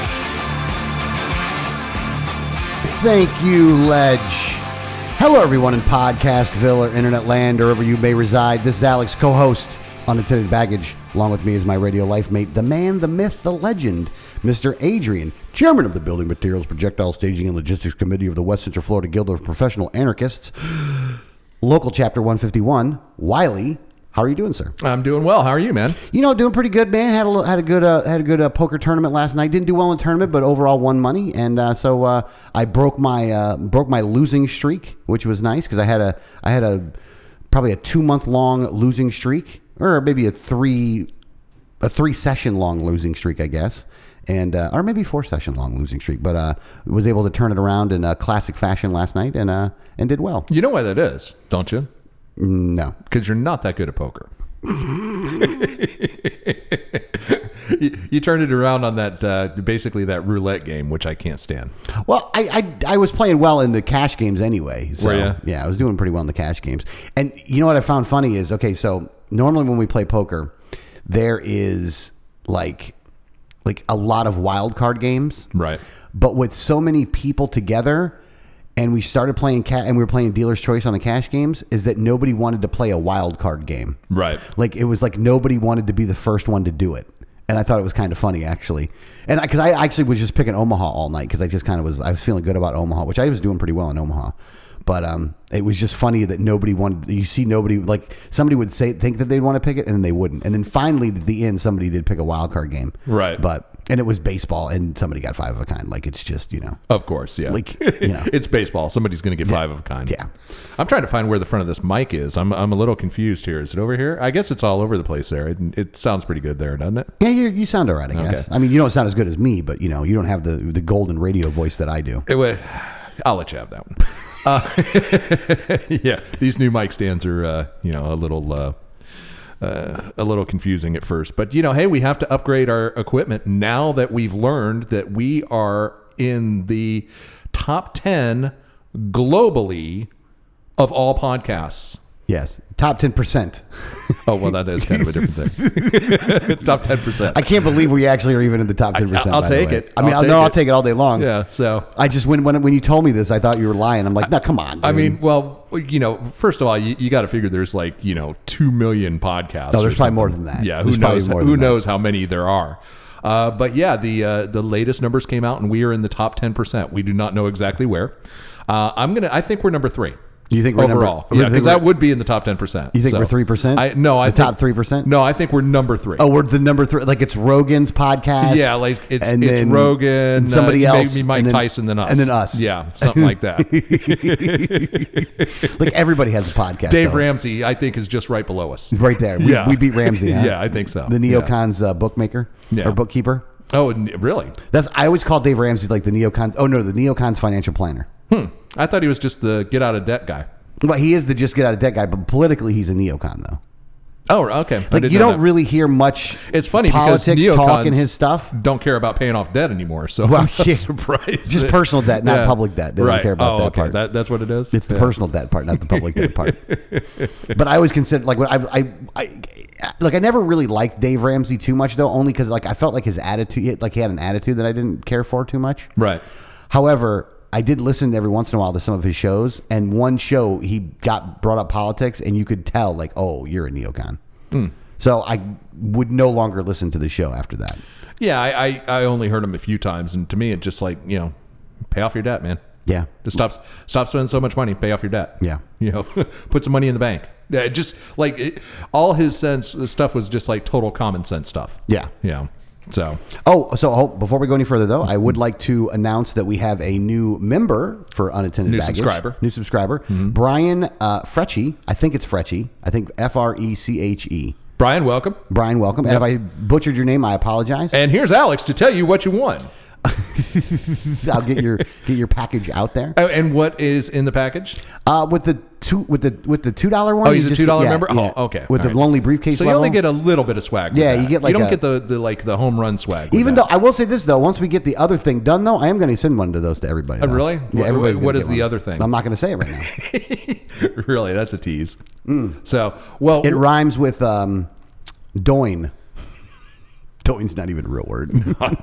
Thank you, Ledge. Hello, everyone in Podcastville or Internet Land, or wherever you may reside. This is Alex, co host, Unattended Baggage. Along with me is my radio life mate, the man, the myth, the legend, Mr. Adrian, chairman of the Building Materials Projectile Staging and Logistics Committee of the West Central Florida Guild of Professional Anarchists, local chapter 151, Wiley. How are you doing, sir? I'm doing well. How are you, man? You know, doing pretty good, man. Had a little, had a good uh, had a good uh, poker tournament last night. Didn't do well in tournament, but overall won money, and uh, so uh, I broke my uh, broke my losing streak, which was nice because I had a I had a probably a two month long losing streak, or maybe a three a three session long losing streak, I guess, and uh, or maybe four session long losing streak. But uh, was able to turn it around in a classic fashion last night, and uh, and did well. You know why that is, don't you? No, Because you're not that good at poker. you, you turned it around on that uh, basically that roulette game, which I can't stand. Well, I, I I was playing well in the cash games anyway. So Were ya? yeah, I was doing pretty well in the cash games. And you know what I found funny is okay, so normally when we play poker, there is like like a lot of wild card games. Right. But with so many people together and we started playing cat and we were playing dealer's choice on the cash games is that nobody wanted to play a wild card game. Right. Like it was like nobody wanted to be the first one to do it. And I thought it was kind of funny actually. And I, cause I actually was just picking Omaha all night cause I just kind of was, I was feeling good about Omaha, which I was doing pretty well in Omaha. But um, it was just funny that nobody wanted. You see, nobody like somebody would say think that they'd want to pick it, and then they wouldn't. And then finally, at the end, somebody did pick a wild card game, Right. But and it was baseball, and somebody got five of a kind. Like it's just you know, Of course, yeah. Like, you know. it's baseball. Somebody's going to get five of a kind. Yeah. I'm trying to find where the front of this mic is. I'm, I'm a little confused here. Is it over here? I guess it's all over the place there. It, it sounds pretty good there, doesn't it? yeah, you, you sound all right, I guess. Okay. I mean, you don't sound as good as me, but you know, you don't have the the golden radio voice that I do. It would. I'll let you have that one. Uh, yeah, these new mic stands are, uh, you know, a little, uh, uh, a little confusing at first, but you know, hey, we have to upgrade our equipment now that we've learned that we are in the top ten globally of all podcasts. Yes, top ten percent. Oh well, that is kind of a different thing. top ten percent. I can't believe we actually are even in the top ten percent. I'll take it. I mean, I'll I'll take no, I'll it. take it all day long. Yeah. So I just when when when you told me this, I thought you were lying. I'm like, no, come on. I dude." mean, well, you know, first of all, you, you got to figure there's like you know two million podcasts. No, there's or probably more something. than that. Yeah, There's who probably knows? more Who than that. knows how many there are? Uh, but yeah, the uh, the latest numbers came out, and we are in the top ten percent. We do not know exactly where. Uh, I'm gonna. I think we're number three. You think we're number- overall? you yeah, think because we're- that would be in the top ten percent. You think we're 3%? I no, I The think- top 3%? No, I think we're number three. oh, we're the number three. Like it's Rogan's podcast. Yeah, like it's and it's then- Rogan, and uh, somebody else, maybe Mike and then- Tyson, then us, and then us. Yeah, something like that. like everybody has a podcast. Dave though. Ramsey, I think, is just right below us. right there. We, Yeah. we beat Ramsey. Huh? Yeah, I think so. The Yeah. neocons uh, bookmaker Yeah. or bookkeeper. Oh, n- really? That's I always call Dave Ramsey like the neocon. Oh no, the neocons financial planner. Hmm. I thought he was just the get out of debt guy. But he is the just get out of debt guy. But politically, he's a neocon though. Oh, okay. I Like didn't you know don't that. really hear much. It's funny because politics neocons talk in his stuff. Don't care about paying off debt anymore. So Well, I'm not yeah. surprised. Just personal debt, not public debt. They don't right. care about oh, that okay. part. That, that's what it is. It's the personal debt part, not the public debt part. But I always consider like when I, I, I like I never really liked Dave Ramsey too much though, only because like I felt like his attitude, like he had an attitude that I didn't care for too much. Right. However, I did listen every once in a while to some of his shows, and one show he got brought up politics, and you could tell like, oh, you're a neocon. Hmm. So I would no longer listen to the show after that. Yeah. I, I I only heard him a few times, and to me, it just like you know, pay off your debt, man. Yeah, Just stop stop spending so much money. Pay off your debt. Yeah. you know, put some money in the bank. Yeah, just like it, all his sense stuff was just like total common sense stuff. yeah. Yeah. So Oh, so oh, before we go any further, though, I would like to announce that we have a new member for Unattended New Baggage. subscriber. Mm-hmm. New subscriber. Brian uh, Frecci. I think it's Frecci. I think F R E C H E. Brian, welcome. Brian, welcome. And if I butchered your name, I apologize. And here's Alex to tell you what you won. I'll get your get your package out there. Oh, and what is in the package? Uh, with the two with the with the two dollar one. Oh, he's you a just- $2 member? Oh, okay. With All the right. lonely briefcase. So you level. only get a little bit of swag. with Yeah, that. you get like you don't a- get the, the like the home run swag. Even though I will say this though, once we get the other thing done though, I am going to send one to those to everybody. Oh, though. really? Yeah. Wh- everybody's wh- gonna what is get one. the other thing? I'm not going to say it right now. though really that's a tease. So well, Mm. It rhymes with um, doin. Doin's not even a real word.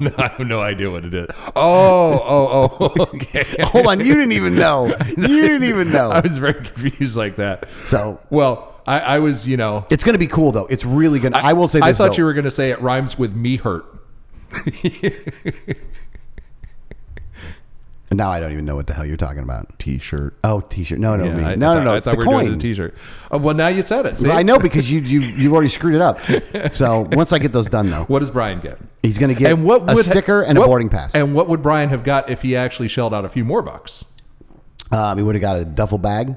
no, I have no idea what it is. Oh, oh, oh. Okay. Hold on, you didn't even know. You didn't even I know. was very confused like that. So Well, I, I was, you know, it's going to be cool though. It's really going. to I will say. This, I thought though. you were going to say it rhymes with me hurt. Now I don't even know what the hell you're talking about. T-shirt. Oh, t-shirt. No, no, Yeah, me. I- no, I no, thought- no. I it's thought the we were coin. doing the T-shirt. Oh, well, now you said it. See? I know because you you you've already screwed it up. So once I get those done though, What does Brian get? he's going to get and what a would ha- sticker and what- a boarding pass. And what would Brian have got if he actually shelled out a few more bucks? Um, he would have got a duffel bag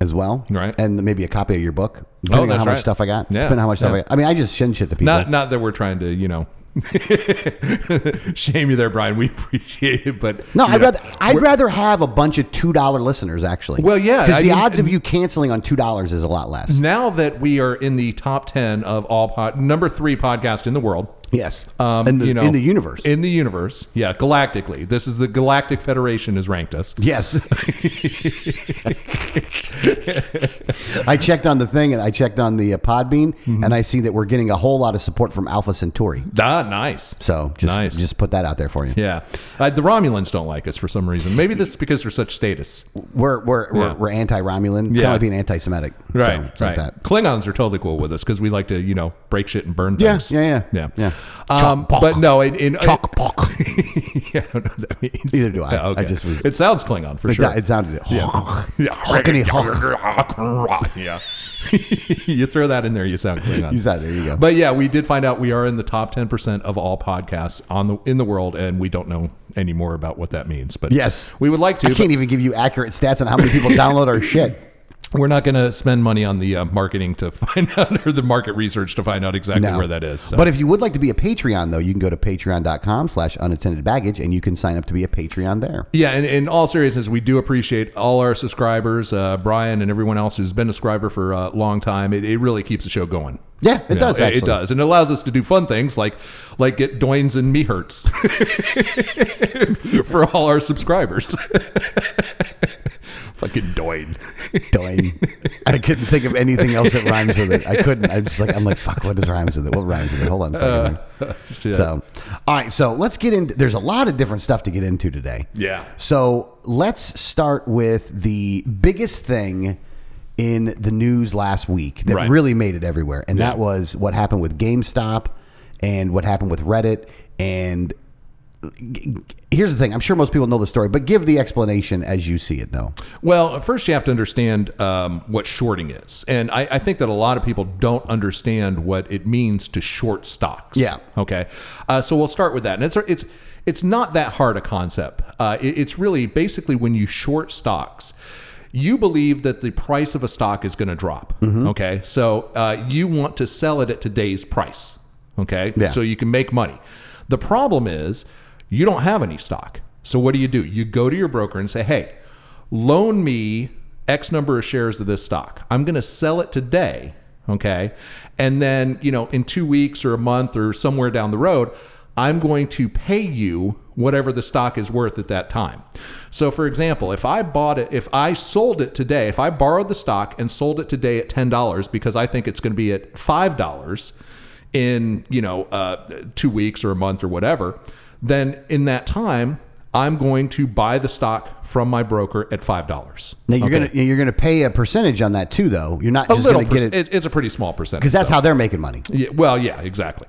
as well, Mm-hmm. Right. Oh, And maybe a copy of your book, depending on that's how much right. stuff I got. Yeah, Depending on how much stuff yeah. I got. I mean, I just send shit to people. Not, not that we're trying to, you know, shame you there, Brian. We appreciate it, but no, you I'd know, rather I'd rather have a bunch of two dollar listeners actually. Well, yeah, because I the mean- Mm-hmm. odds of you canceling on two dollars is a lot less. now that we are in the top ten of all pod, number three podcast in the world. Yes, Um, in the you know, in the universe. in the universe, yeah, galactically. This is the Galactic Federation has ranked us. Yes. I checked on the thing and I checked on the uh, Podbean Mm-hmm. and I see that we're getting a whole lot of support from Alpha Centauri. Ah, nice. So just Nice. just put that out there for you. Yeah, uh, the Romulans don't like us for some reason. Maybe this is because we're such status. We're we're we're, Yeah. we're anti Romulan. It's kind Yeah. of like being anti Semitic. Right, So, it's right. like that. Klingons are totally cool with us because we like to, you know, break shit and burn Yeah, things. yeah, yeah. yeah, Yeah. Um, Chalk but no, in, in Chalk pock. yeah, I don't know what that means. Neither do I. Yeah, I just was- It sounds Klingon for It, sure. it sounded yeah. Hockety yeah. you throw that in there, you sound Klingon. You sound- there you go. But yeah, we did find out we are in the top ten percent of all podcasts on the in the world, and we don't know any more about what that means. But Yes. we would like to. I but- can't even give you accurate stats on how many people download our shit. We're not going to spend money on the uh, marketing to find out or the market research to find out exactly No. where that is. So. But if you would like to be a Patreon, though, you can go to patreon.com slash unattended baggage and you can sign up to be a Patreon there. yeah, and in all seriousness, we do appreciate all our subscribers, uh, Brian and everyone else who's been a subscriber for a long time. It, it really keeps the show going. Yeah, it You know, does. It, Actually. it does, and it allows us to do fun things like like get doins and me hurts for all our subscribers. Fucking doin. Doing. I couldn't think of anything else that rhymes with it. I couldn't. I'm just like I'm like fuck. What does rhymes with it? What rhymes with it? Hold on a Uh, second. man. shit. so, all right. So let's get into. There's a lot of different stuff to get into today. Yeah. So let's start with the biggest thing in the news last week that Right. really made it everywhere, and that Yeah. was what happened with GameStop and what happened with Reddit and. g- g- Here's the thing. I'm sure most people know the story, but give the explanation as you see it, though. Well, first you have to understand um, what shorting is, and I, I think that a lot of people don't understand what it means to short stocks. Yeah. Okay. Uh, so we'll start with that, and it's it's it's not that hard a concept. Uh, it- it's really basically when you short stocks. You believe that the price of a stock is going to drop. Mm-hmm. Okay. So uh, you want to sell it at today's price. Okay. Yeah. So you can make money. The problem is you don't have any stock. So what do you do? You go to your broker and say, hey, loan me X number of shares of this stock. I'm going to sell it today. Okay. And then, you know, in two weeks or a month or somewhere down the road, I'm going to pay you whatever the stock is worth at that time. So, for example, if I bought it, if I sold it today, if I borrowed the stock and sold it today at $10 because I think it's going to be at $5 in, you know, uh, two weeks or a month or whatever, then in that time, I'm going to buy the stock from my broker at $5. Now you're gonna you're gonna pay a percentage on that too, though. You're not A just little gonna perc- get it it- It's a pretty small percentage. because that's how they're making money. Yeah, well, yeah, exactly.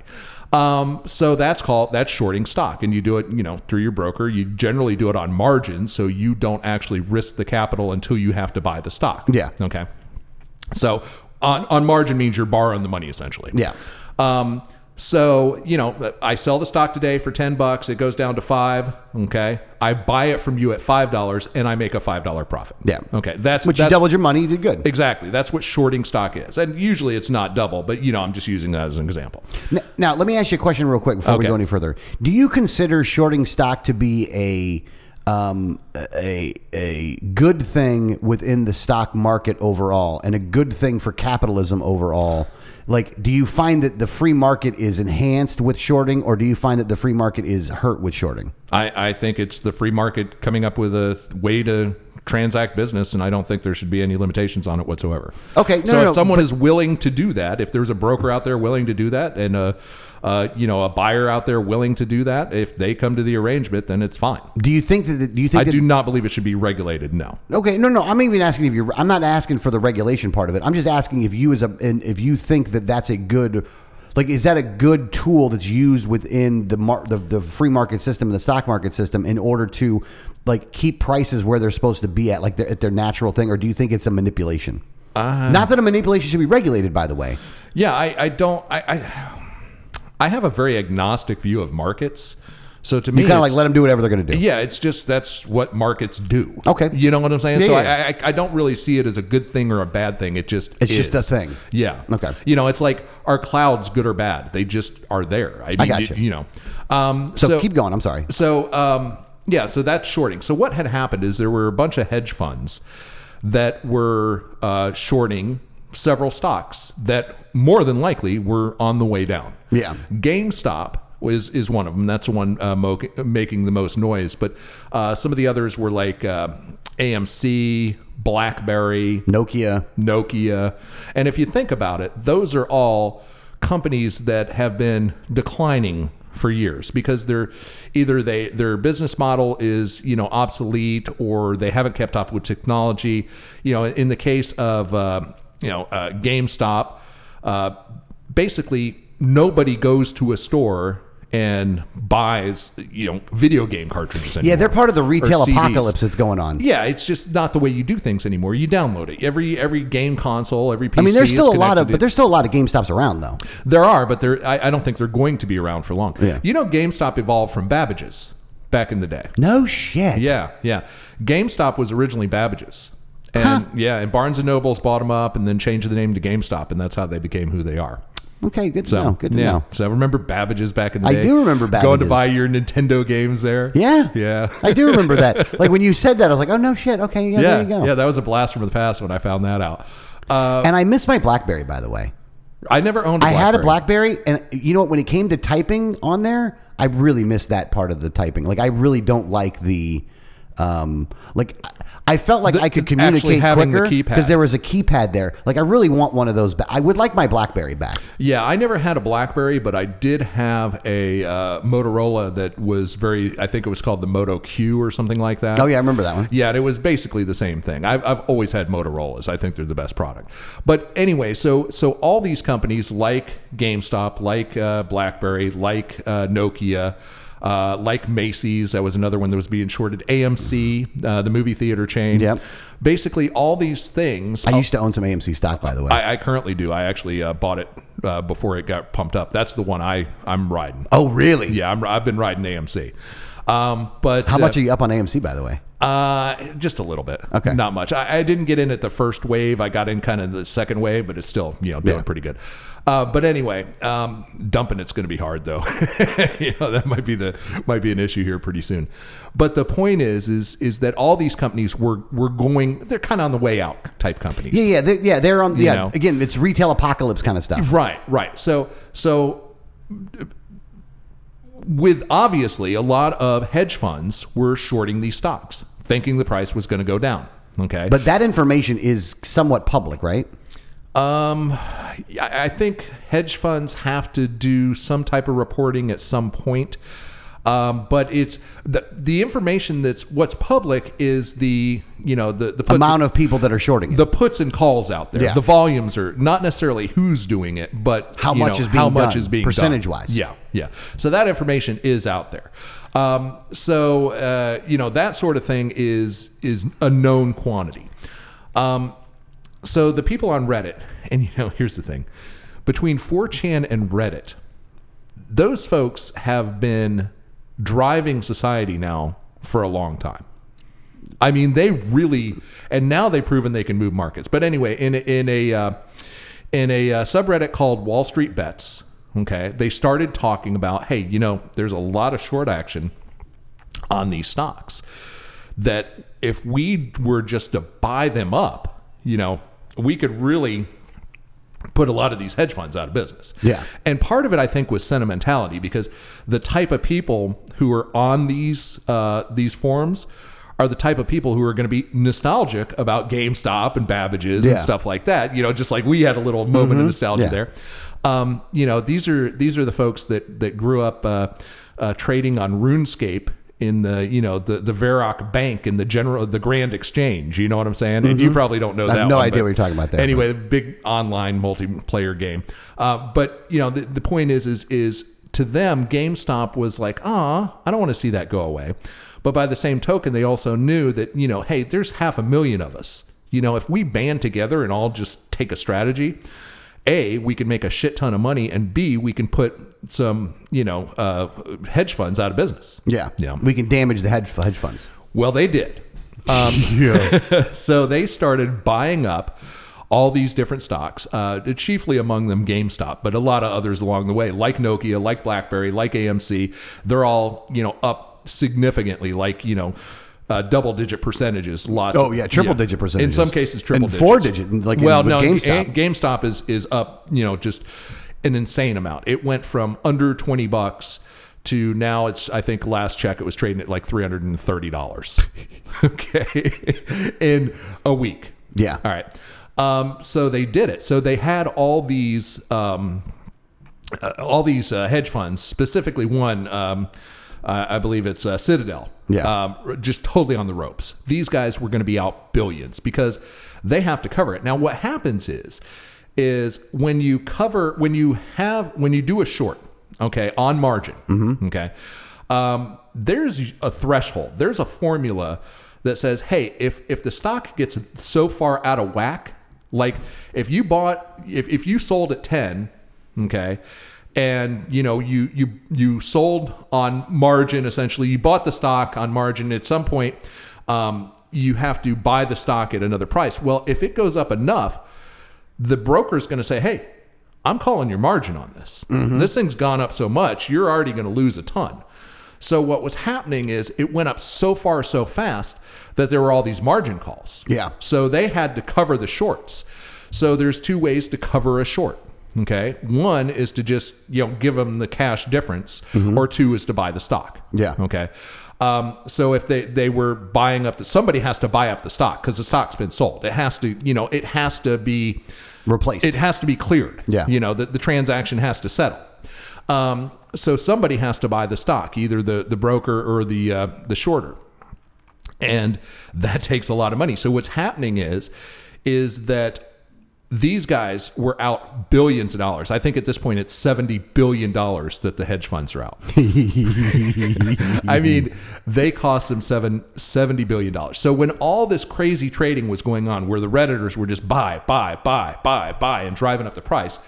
Um, so that's called that's shorting stock, and you do it, you know, through your broker. You generally do it on margin, so you don't actually risk the capital until you have to buy the stock. Yeah. Okay. So on on margin means you're borrowing the money essentially. Yeah. Um, So, you know, I sell the stock today for 10 bucks, it goes down to 5, okay? I buy it from you at $5 and I make a $5 profit. Yeah. Okay. That's But you that's, doubled your money. You did good. Exactly. That's what shorting stock is. And usually it's not double, but you know, I'm just using that as an example. N- Now, let me ask you a question real quick before we Okay. go any further. Do you consider shorting stock to be a um, a a good thing within the stock market overall, and a good thing for capitalism overall? Like, do you find that the free market is enhanced with shorting, or do you find that the free market is hurt with shorting? I, I think it's the free market coming up with a th- way to transact business, and I don't think there should be any limitations on it whatsoever. Okay, no, so no, if no, someone is willing to do that, if there's a broker out there willing to do that, and a uh, you know a buyer out there willing to do that, if they come to the arrangement, then it's fine. Do you think that? Do you think I that, do not believe it should be regulated. No. Okay, no, no. I'm even asking if you. are I'm not asking for the regulation part of it. I'm just asking if you as a and if you think that that's a good, like, is that a good tool that's used within the mar- the, the free market system and the stock market system in order to, like, keep prices where they're supposed to be at, like they're, at their natural thing, or do you think it's a manipulation? Uh, not that a manipulation should be regulated, by the way. Yeah, I, I don't. I, I I have a very agnostic view of markets. So to me, You kind of like it's- let them do whatever they're going to do. Yeah, it's just that's what markets do. Okay. you know what I'm saying. Yeah, so yeah, yeah. I, I I don't really see it as a good thing or a bad thing. It just It's just is. a thing. Yeah. Okay. You know, it's like are clouds good or bad? They just are there. I, mean, gotcha. You know. Um, So, keep going. I'm sorry. so um, yeah, so that's shorting. So what had happened is there were a bunch of hedge funds that were uh, shorting several stocks that more than likely were on the way down. Yeah. GameStop was is one of them. That's the one uh, mo- making the most noise. But uh, some of the others were like uh, AMC, BlackBerry, Nokia. Nokia. And if you think about it, those are all companies that have been declining for years because they're either they their business model is you know obsolete or they haven't kept up with technology you know in the case of uh, you know uh, GameStop uh, basically nobody goes to a store and buys you know video game cartridges anymore. Yeah, they're part of the or retail CDs. apocalypse that's going on. Yeah, it's just not the way you do things anymore. You download it. Every every game console, every PC. I mean, there's still is a lot of, connected but to- there's still a lot of GameStops around though. there are, but they're I, I don't think they're going to be around for long. Yeah. You know, GameStop evolved from Babbage's back in the day. No shit. Yeah, yeah. GameStop was originally Babbage's, and yeah, and Barnes and Noble's bought them up, and then changed the name to GameStop, and that's how they became who they are. Okay. Good to So know. Oh, Good to yeah. know. So I remember Babbage's back in the I day. do remember going to Babbage's. buy your Nintendo games there. Yeah. yeah. I do remember that. Like when you said that, I was like, oh no shit. Okay, yeah, there you go. yeah, that was a blast from the past when I found that out. Uh, and I missed my BlackBerry, by the way. I never owned. a I had a BlackBerry. BlackBerry, and you know what? When it came to typing on there, I really missed that part of the typing. Like I really don't like the. Um, like I- I felt like I could actually communicate having the quicker keypad. because there was a keypad there. Like I really want one of those. Ba- I would like my BlackBerry back. Yeah, I never had a BlackBerry, but I did have a uh, Motorola that was very. I think it was called the Moto Q or something like that. Oh yeah, I remember that one. Yeah, and it was basically the same thing. I've, I've always had Motorola's. I think they're the best product. But anyway, so so all these companies like GameStop, like uh, BlackBerry, like uh, Nokia. Uh, like Macy's, that was another one that was being shorted. AMC, uh, the movie theater chain. Yep. Basically, all these things. I used to own some AMC stock, by the way. Oh. I, I currently do. I actually uh, bought it uh, before it got pumped up. That's the one I I'm riding. oh really? Yeah, I'm, I've been riding AMC. Um, but How uh, much are you up on AMC, by the way? Uh, just a little bit. Okay. not much. I, I didn't get in at the first wave. I got in kind of the second wave, but it's still you know doing Yeah. pretty good. Uh, but anyway, um, dumping it's going to be hard though. you know that might be the might be an issue here pretty soon. But the point is is is that all these companies were were going. They're kind of on the way out type companies. Yeah, yeah, they yeah. They're on. Yeah, know. again, it's retail apocalypse kind of stuff. Right, right. So, so with obviously a lot of hedge funds were shorting these stocks, thinking the price was going to go down. Okay, But that information is somewhat public, right? um, I I think hedge funds have to do some type of reporting at some point. Um, but it's the the information that's what's public is the you know the the puts- Amount of people that are shorting it. the puts and calls out there. Yeah. The volumes are not necessarily who's doing it, but How you much know, is being how much done, is being percentage-wise. Done. Yeah, yeah. So that information is out there. Um, so uh, you know that sort of thing is is a known quantity. Um, so the people on Reddit, and you know, here's the thing: between 4chan and Reddit, those folks have been driving society now for a long time. I mean, they really, and now they've proven they can move markets. But anyway, in in a uh, in a uh, subreddit called Wall Street Bets, okay, they started talking about, hey, you know, there's a lot of short action on these stocks. That if we were just to buy them up, you know, we could really put a lot of these hedge funds out of business. Yeah. And part of it, I think, was sentimentality because the type of people who are on these uh, these forums are the type of people who are going to be nostalgic about GameStop and Babbage's Yeah. Mm-hmm. and stuff like that. You know, just like we had a little moment of nostalgia Yeah. there. Um, you know, these are these are the folks that that grew up uh, uh, trading on RuneScape in the you know the the Veroc Bank in the general the Grand Exchange. You know what I'm saying? And you probably don't know Mm-hmm. I have that. no one, idea but what you're talking about there, Anyway, the big online multiplayer game. Uh, but you know, the, the point is, is, is to them, GameStop was like, ah, I don't want to see that go away. But by the same token, they also knew that you know, hey, there's half a million of us. You know, if we band together and all just take a strategy, a we can make a shit ton of money, and b we can put some you know uh, hedge funds out of business. Yeah. Yeah. We can damage the hedge, hedge funds. Well, they did. Um, so they started buying up all these different stocks, uh, chiefly among them GameStop, but a lot of others along the way, like Nokia, like BlackBerry, like AMC. They're all you know up significantly, like you know. Uh, double-digit percentages, lots. Oh, of- yeah, triple-digit In percentages. some cases, triple And digits. four-digit, like in- well, with no, GameStop. Ga- GameStop is is up, you know, just an insane amount. It went from under twenty bucks to now it's I think last check it was trading at like three hundred and thirty dollars. okay, in a week. Yeah. All right. Um, so they did it. So they had all these um, uh, all these uh, hedge funds, specifically one, um, uh, I believe it's uh, Citadel. Yeah. Um, just totally on the ropes. These guys were going to be out billions because they have to cover it. Now, what happens is, is when you cover, when you have, when you do a short, okay, on margin, okay, um, there's a threshold. There's a formula that says, hey, if if the stock gets so far out of whack, like if you bought, if if you sold at ten, okay and you know you you you sold on margin essentially you bought the stock on margin at some point um, you have to buy the stock at another price well if it goes up enough the broker's going to say hey i'm calling your margin on this this thing's gone up so much you're already going to lose a ton so what was happening is it went up so far so fast that there were all these margin calls Yeah. so they had to cover the shorts. So there's two ways to cover a short. Okay. One is to just, you know, give them the cash difference, or two is to buy the stock. Yeah. Okay. Um, so if they, they were buying up the, somebody has to buy up the stock because the stock's been sold. It has to, you know, it has to be, Replaced. it has to be cleared. Yeah. You know, the, the transaction has to settle. Um, so somebody has to buy the stock, either the, the broker or the, uh, the shorter and that takes a lot of money. So what's happening is is that these guys were out billions of dollars. I think at this point it's 70 billion dollars that the hedge funds are out. I mean, they cost them seven, 70 billion dollars. So when all this crazy trading was going on where the redditors were just buy, buy, buy, buy, buy and driving up the price.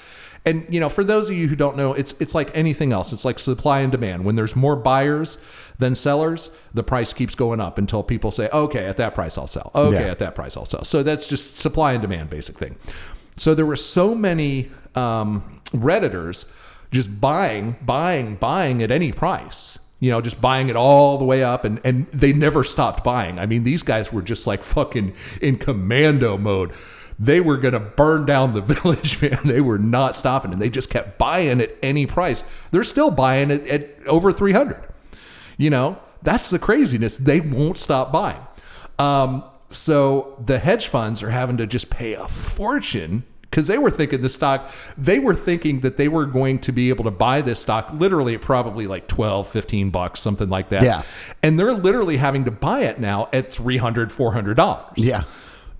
And you know, for those of you who don't know, it's it's like anything else. It's like supply and demand. When there's more buyers than sellers, the price keeps going up until people say, "Okay, at that price I'll sell." Okay, Yeah. at that price I'll sell. So that's just supply and demand basic thing. So there were so many um, redditors just buying, buying, buying at any price. You know, just buying it all the way up, and and they never stopped buying. I mean, these guys were just like fucking in commando mode. They were gonna burn down the village, man. They were not stopping, and they just kept buying at any price. They're still buying it at over three hundred. You know, that's the craziness. They won't stop buying. Um, so the hedge funds are having to just pay a fortune because they were thinking the stock, they were thinking that they were going to be able to buy this stock literally at probably like 12, 15 bucks, something like that. Yeah. And they're literally having to buy it now at 300, $400. Yeah.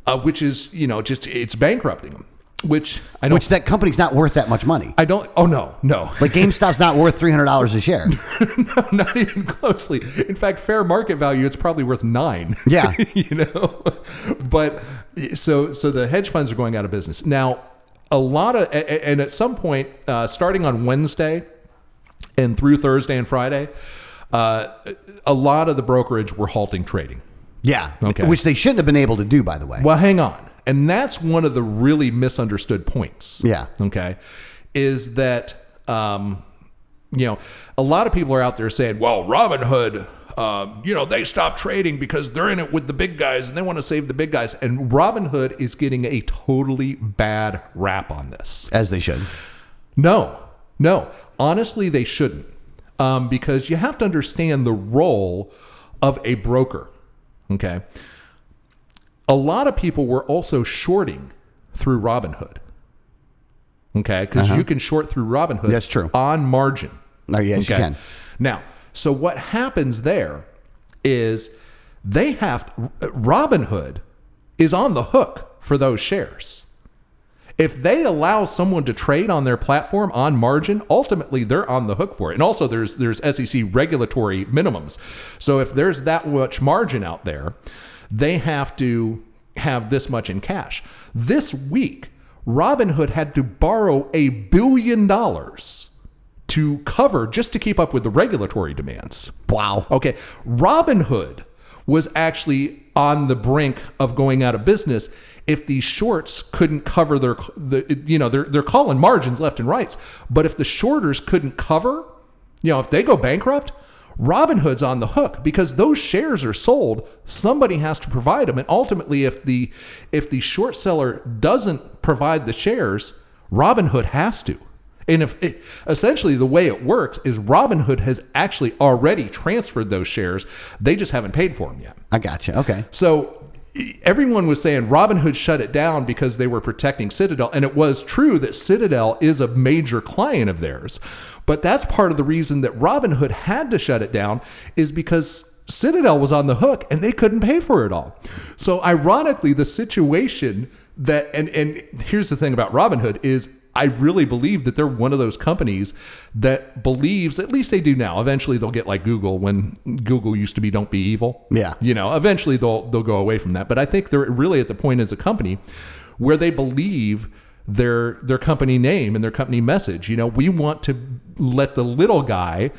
Uh, which is, you know, just it's bankrupting them, which I don't, Which that company's not worth that much money. I don't, oh no, no. Like GameStop's not worth three hundred dollars a share. no, not even closely. In fact, fair market value, it's probably worth nine. Yeah. you know, but so so the hedge funds are going out of business now. A lot of a- a- and at some point, uh, starting on Wednesday, and through Thursday and Friday, uh, a lot of the brokerage were halting trading. Yeah. Okay. Which they shouldn't have been able to do, by the way. Well, hang on. And that's one of the really misunderstood points. Yeah. Okay. Is that, um, you know, a lot of people are out there saying, well, Robinhood, um, you know, they stopped trading because they're in it with the big guys and they want to save the big guys. And Robinhood is getting a totally bad rap on this. As they should. No, no. Honestly, they shouldn't. Um, because you have to understand the role of a broker. Okay. A lot of people were also shorting through Robinhood. Okay. Because you can short through Robinhood. Uh-huh. That's true. On margin. Oh, yes, you Okay. can. Now, so what happens there is they have Robinhood is on the hook for those shares. If they allow someone to trade on their platform on margin, ultimately they're on the hook for it. And also there's there's SEC regulatory minimums. So if there's that much margin out there, they have to have this much in cash. This week, Robinhood had to borrow a billion dollars to cover just to keep up with the regulatory demands. Wow. Okay. Robinhood was actually on the brink of going out of business if these shorts couldn't cover their, the, you know, they're, they're calling margins left and right. But if the shorters couldn't cover, you know, if they go bankrupt, Robinhood's on the hook because those shares are sold. Somebody has to provide them, and ultimately, if the if the short seller doesn't provide the shares, Robinhood has to. And if it, essentially the way it works is Robinhood has actually already transferred those shares, they just haven't paid for them yet. I gotcha. Okay. So e- everyone was saying Robinhood shut it down because they were protecting Citadel. And it was true that Citadel is a major client of theirs. But that's part of the reason that Robinhood had to shut it down is because Citadel was on the hook and they couldn't pay for it all. So ironically, the situation that and and here's the thing about Robinhood is I really believe that they're one of those companies that believes at least they do now. Eventually they'll get like Google when Google used to be don't be evil Yeah. you know eventually they'll they'll go away from that but i think they're really at the point as a company where they believe their their company name and their company message you know we want to let the little guy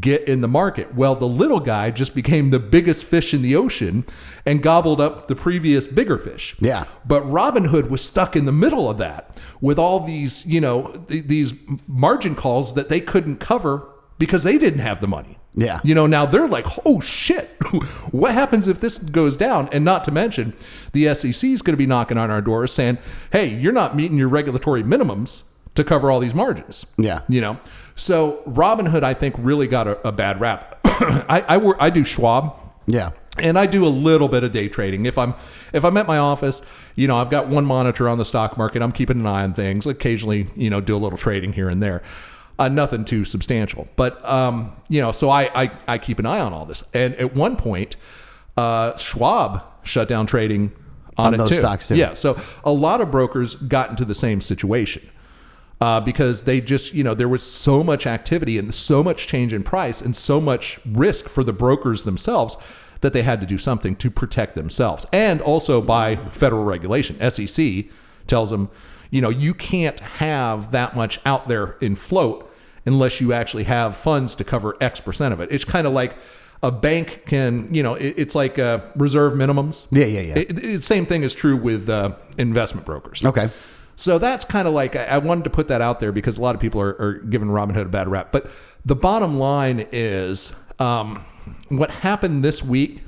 get in the market well the little guy just became the biggest fish in the ocean and gobbled up the previous bigger fish Yeah. but Robinhood was stuck in the middle of that with all these, you know, th- these margin calls that they couldn't cover because they didn't have the money. Yeah. You know, now they're like, oh shit, what happens if this goes down? And not to mention, the SEC is going to be knocking on our doors saying, hey, you're not meeting your regulatory minimums to cover all these margins. Yeah. You know, so Robinhood, I think, really got a, a bad rap. I, I, wor- I do Schwab Yeah. and I do a little bit of day trading. If I'm if I'm at my office, you know, I've got one monitor on the stock market. I'm keeping an eye on things. Occasionally, you know, do a little trading here and there. Uh, nothing too substantial, but um, you know, so I, I I keep an eye on all this. And at one point, uh, Schwab shut down trading on, On it those too. stocks, too. Yeah, so a lot of brokers got into the same situation uh, because they just, you know, there was so much activity and so much change in price and so much risk for the brokers themselves that they had to do something to protect themselves. And also by federal regulation, SEC tells them, you know, you can't have that much out there in float unless you actually have funds to cover X percent of it. It's kind of like a bank can, you know, it, it's like uh, reserve minimums. Yeah, yeah, yeah. It, it, same thing is true with uh, investment brokers. Okay. So that's kind of like I I wanted to put that out there because a lot of people are, are giving Robinhood a bad rap. But the bottom line is um, what happened this week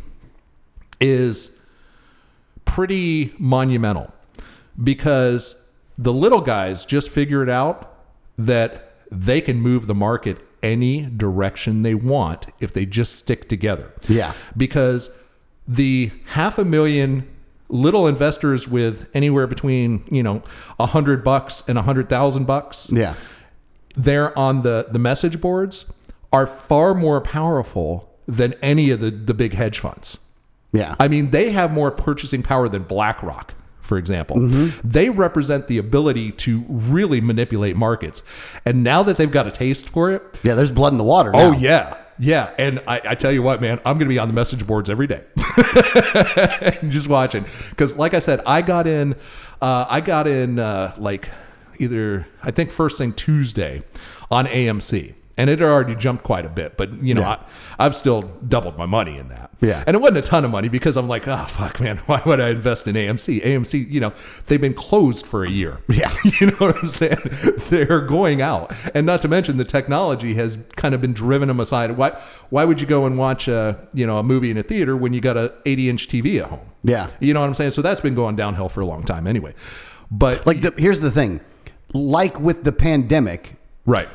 is pretty monumental because the little guys just figured out that they can move the market any direction they want if they just stick together Yeah. because the half a million little investors with anywhere between you know a hundred bucks and a hundred thousand bucks Yeah. there on the the message boards are far more powerful than any of the the big hedge funds Yeah. I mean, they have more purchasing power than BlackRock, for example. They represent the ability to really manipulate markets. And now that they've got a taste for it, yeah. There's blood in the water. oh, now. yeah. Yeah, and I, I tell you what, man, I'm going to be on the message boards every day, just watching. Because, like I said, I got in, uh, I got in uh, like either I think first thing Tuesday on AMC, and it had already jumped quite a bit. But you know, I, I've still doubled my money in that. Yeah. and it wasn't a ton of money because I'm like, oh fuck, man, why would I invest in AMC? AMC, you know, they've been closed for a year. Yeah, you know what I'm saying? They're going out, and not to mention the technology has kind of been driven them aside. Why? Why would you go and watch a you know a movie in a theater when you got a 80 inch TV at home? Yeah. You know what I'm saying? So that's been going downhill for a long time anyway. But Like, the, here's the thing like with the pandemic, right.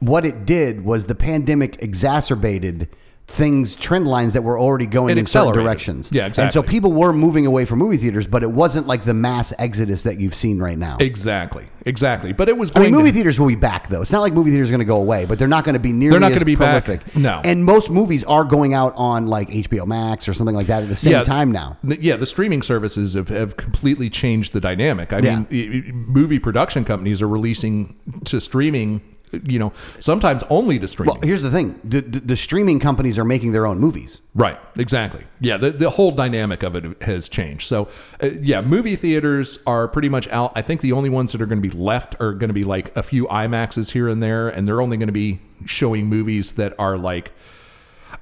what it did was the pandemic exacerbated things trend lines that were already It going in certain accelerated. directions Yeah, and so exactly. people were moving away from movie theaters but it wasn't like the mass exodus that you've seen right now Exactly. Exactly. But it was I going mean, movie to, theaters will be back though. It's not like movie theaters are going to go away, but they're not going to be nearly not as gonna be back. prolific. No. and most movies are going out on like HBO Max or something like that at the same Yeah. time now. Th- Yeah, the streaming services have, have completely changed the dynamic. I Yeah. mean, i- i- movie production companies are releasing to streaming, you know, sometimes only to streaming. Well, here's the thing: the, the, the streaming companies are making their own movies. Right, exactly. Yeah, the, the whole dynamic of it has changed. So, uh, yeah, movie theaters are pretty much out. I think the only ones that are going to be left are going to be like a few IMAXs here and there, and they're only going to be showing movies that are like.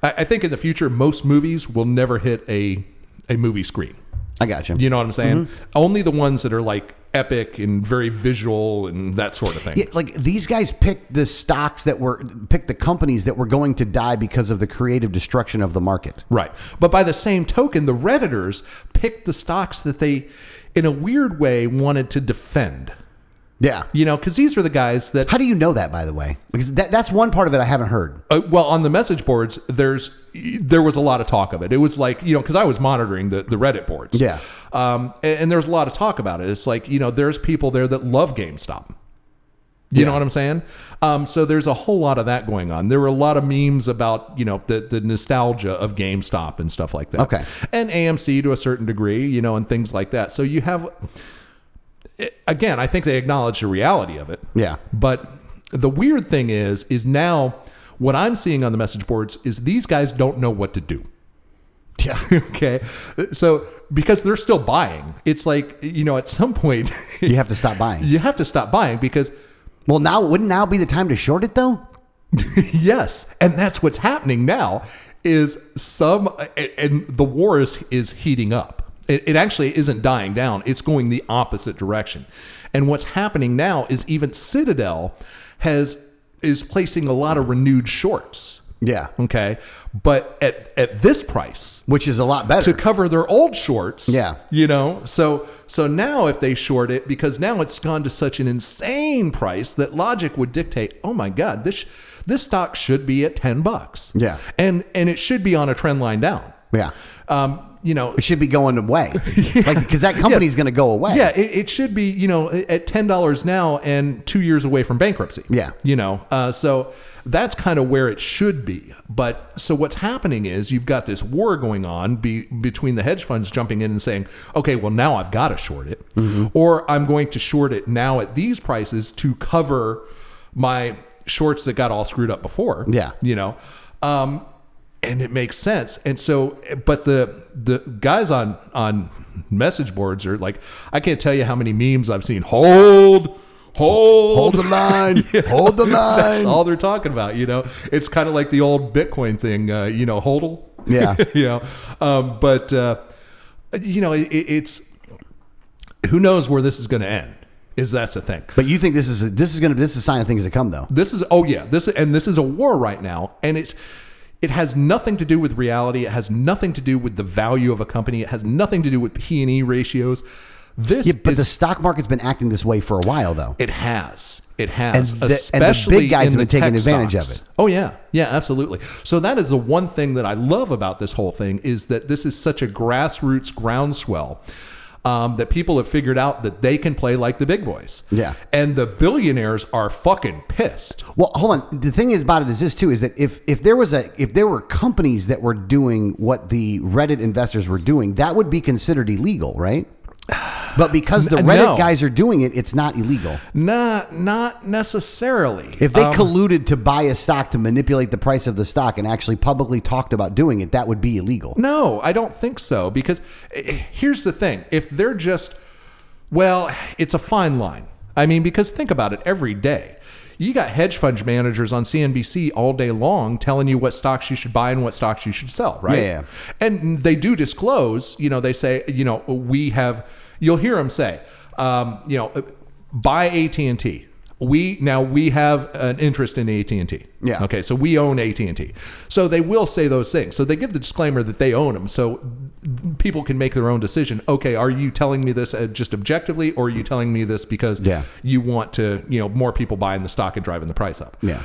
I, I think in the future, most movies will never hit a a movie screen. I got you. You know what I'm saying? Only the ones that are like epic and very visual and that sort of thing. Yeah, like these guys picked the stocks that were picked the companies that were going to die because of the creative destruction of the market. Right. But by the same token, the Redditors picked the stocks that they, in a weird way, wanted to defend. Yeah. You know, because these are the guys that, How do you know that, by the way? Because that, that's one part of it I haven't heard. uh, well, on the message boards, there's there was a lot of talk of it. It was like you know, because I was monitoring the the Reddit boards. Yeah. Um, and, and there's a lot of talk about it. It's like you know, there's people there that love GameStop. You know what I'm saying? Um, so there's a whole lot of that going on. There were a lot of memes about you know the the nostalgia of GameStop and stuff like that. Okay. and AMC to a certain degree, you know, and things like that. So you have, eh, again, I think they acknowledge the reality of it. Yeah. But the weird thing is, is now what I'm seeing on the message boards is these guys don't know what to do. Yeah. okay. So because they're still buying, it's like you know, at some point You have to stop buying. you have to stop buying because Well, now wouldn't now be the time to short it though? yes, and that's what's happening now is some and- and the war is is heating up. It, it actually isn't dying down. It's going the opposite direction. And what's happening now is even Citadel has is placing a lot of renewed shorts. Yeah. Okay. But at at this price, Which is a lot better. to cover their old shorts. Yeah. You know, so so now if they short it because now it's gone to such an insane price that logic would dictate, "Oh my god, this this stock should be at 10 bucks." Yeah. And and it should be on a trend line down. yeah. Um, you know, It should be going away. Like because that company's going to go away. yeah, it, it should be, you know, at $10 now and two years away from bankruptcy. Yeah. You know, uh, so that's kind of where it should be. But so what's happening is you've got this war going on be, between the hedge funds jumping in and saying, okay, well, now I've got to short it, Mm-hmm. or I'm going to short it now at these prices to cover my shorts that got all screwed up before. Yeah. You know, um, and it makes sense. And so, but the the guys on on message boards are like, I can't tell you how many memes I've seen. Hold, hold, Hold the line. Hold the That's line. all they're talking about. You know, it's kind of like the old Bitcoin thing. Uh, you know, hodl. Yeah. you know, um, but uh, you know, it, it's who knows where this is going to end. Is that's the thing. But you think this is a, this is going to this is a sign of things to come though. This is oh yeah, this and this is a war right now, and it's it has nothing to do with reality. It has nothing to do with the value of a company. It has nothing to do with P and E ratios. This Yeah, but is the stock market's been acting this way for a while though. it has it has And the- and the big especially guys in have been the taking tech advantage of stocks. it. Oh yeah, yeah, absolutely. So that is the one thing that I love about this whole thing is that this is such a grassroots groundswell. Um, that people have figured out that they can play like the big boys. Yeah. And the billionaires are fucking pissed. Well, hold on. The thing is about it is this too: is that if if there was a if there were companies that were doing what the Reddit investors were doing, that would be considered illegal, right? But because the N- Reddit no. guys are doing it, it's not illegal. Nah, not necessarily. Um, If they colluded to buy a stock to manipulate the price of the stock and actually publicly talked about doing it, that would be illegal. no, I don't think so. Because eh, eh, here's the thing: if they're just, well, it's a fine line. I mean, because think about it every day. You got hedge fund managers on CNBC all day long telling you what stocks you should buy and what stocks you should sell, right? Yeah. And they do disclose, you know, they say, you know, we have, you'll hear them say, um, you know, buy AT&T. We now we have an interest in AT&T. Yeah. Okay, so we own AT&T. So they will say those things. So they give the disclaimer that they own them. So people can make their own decision. Okay, are you telling me this uh, just objectively or are you telling me this because Yeah. you want to, you know, more people buying the stock and driving the price up? Yeah.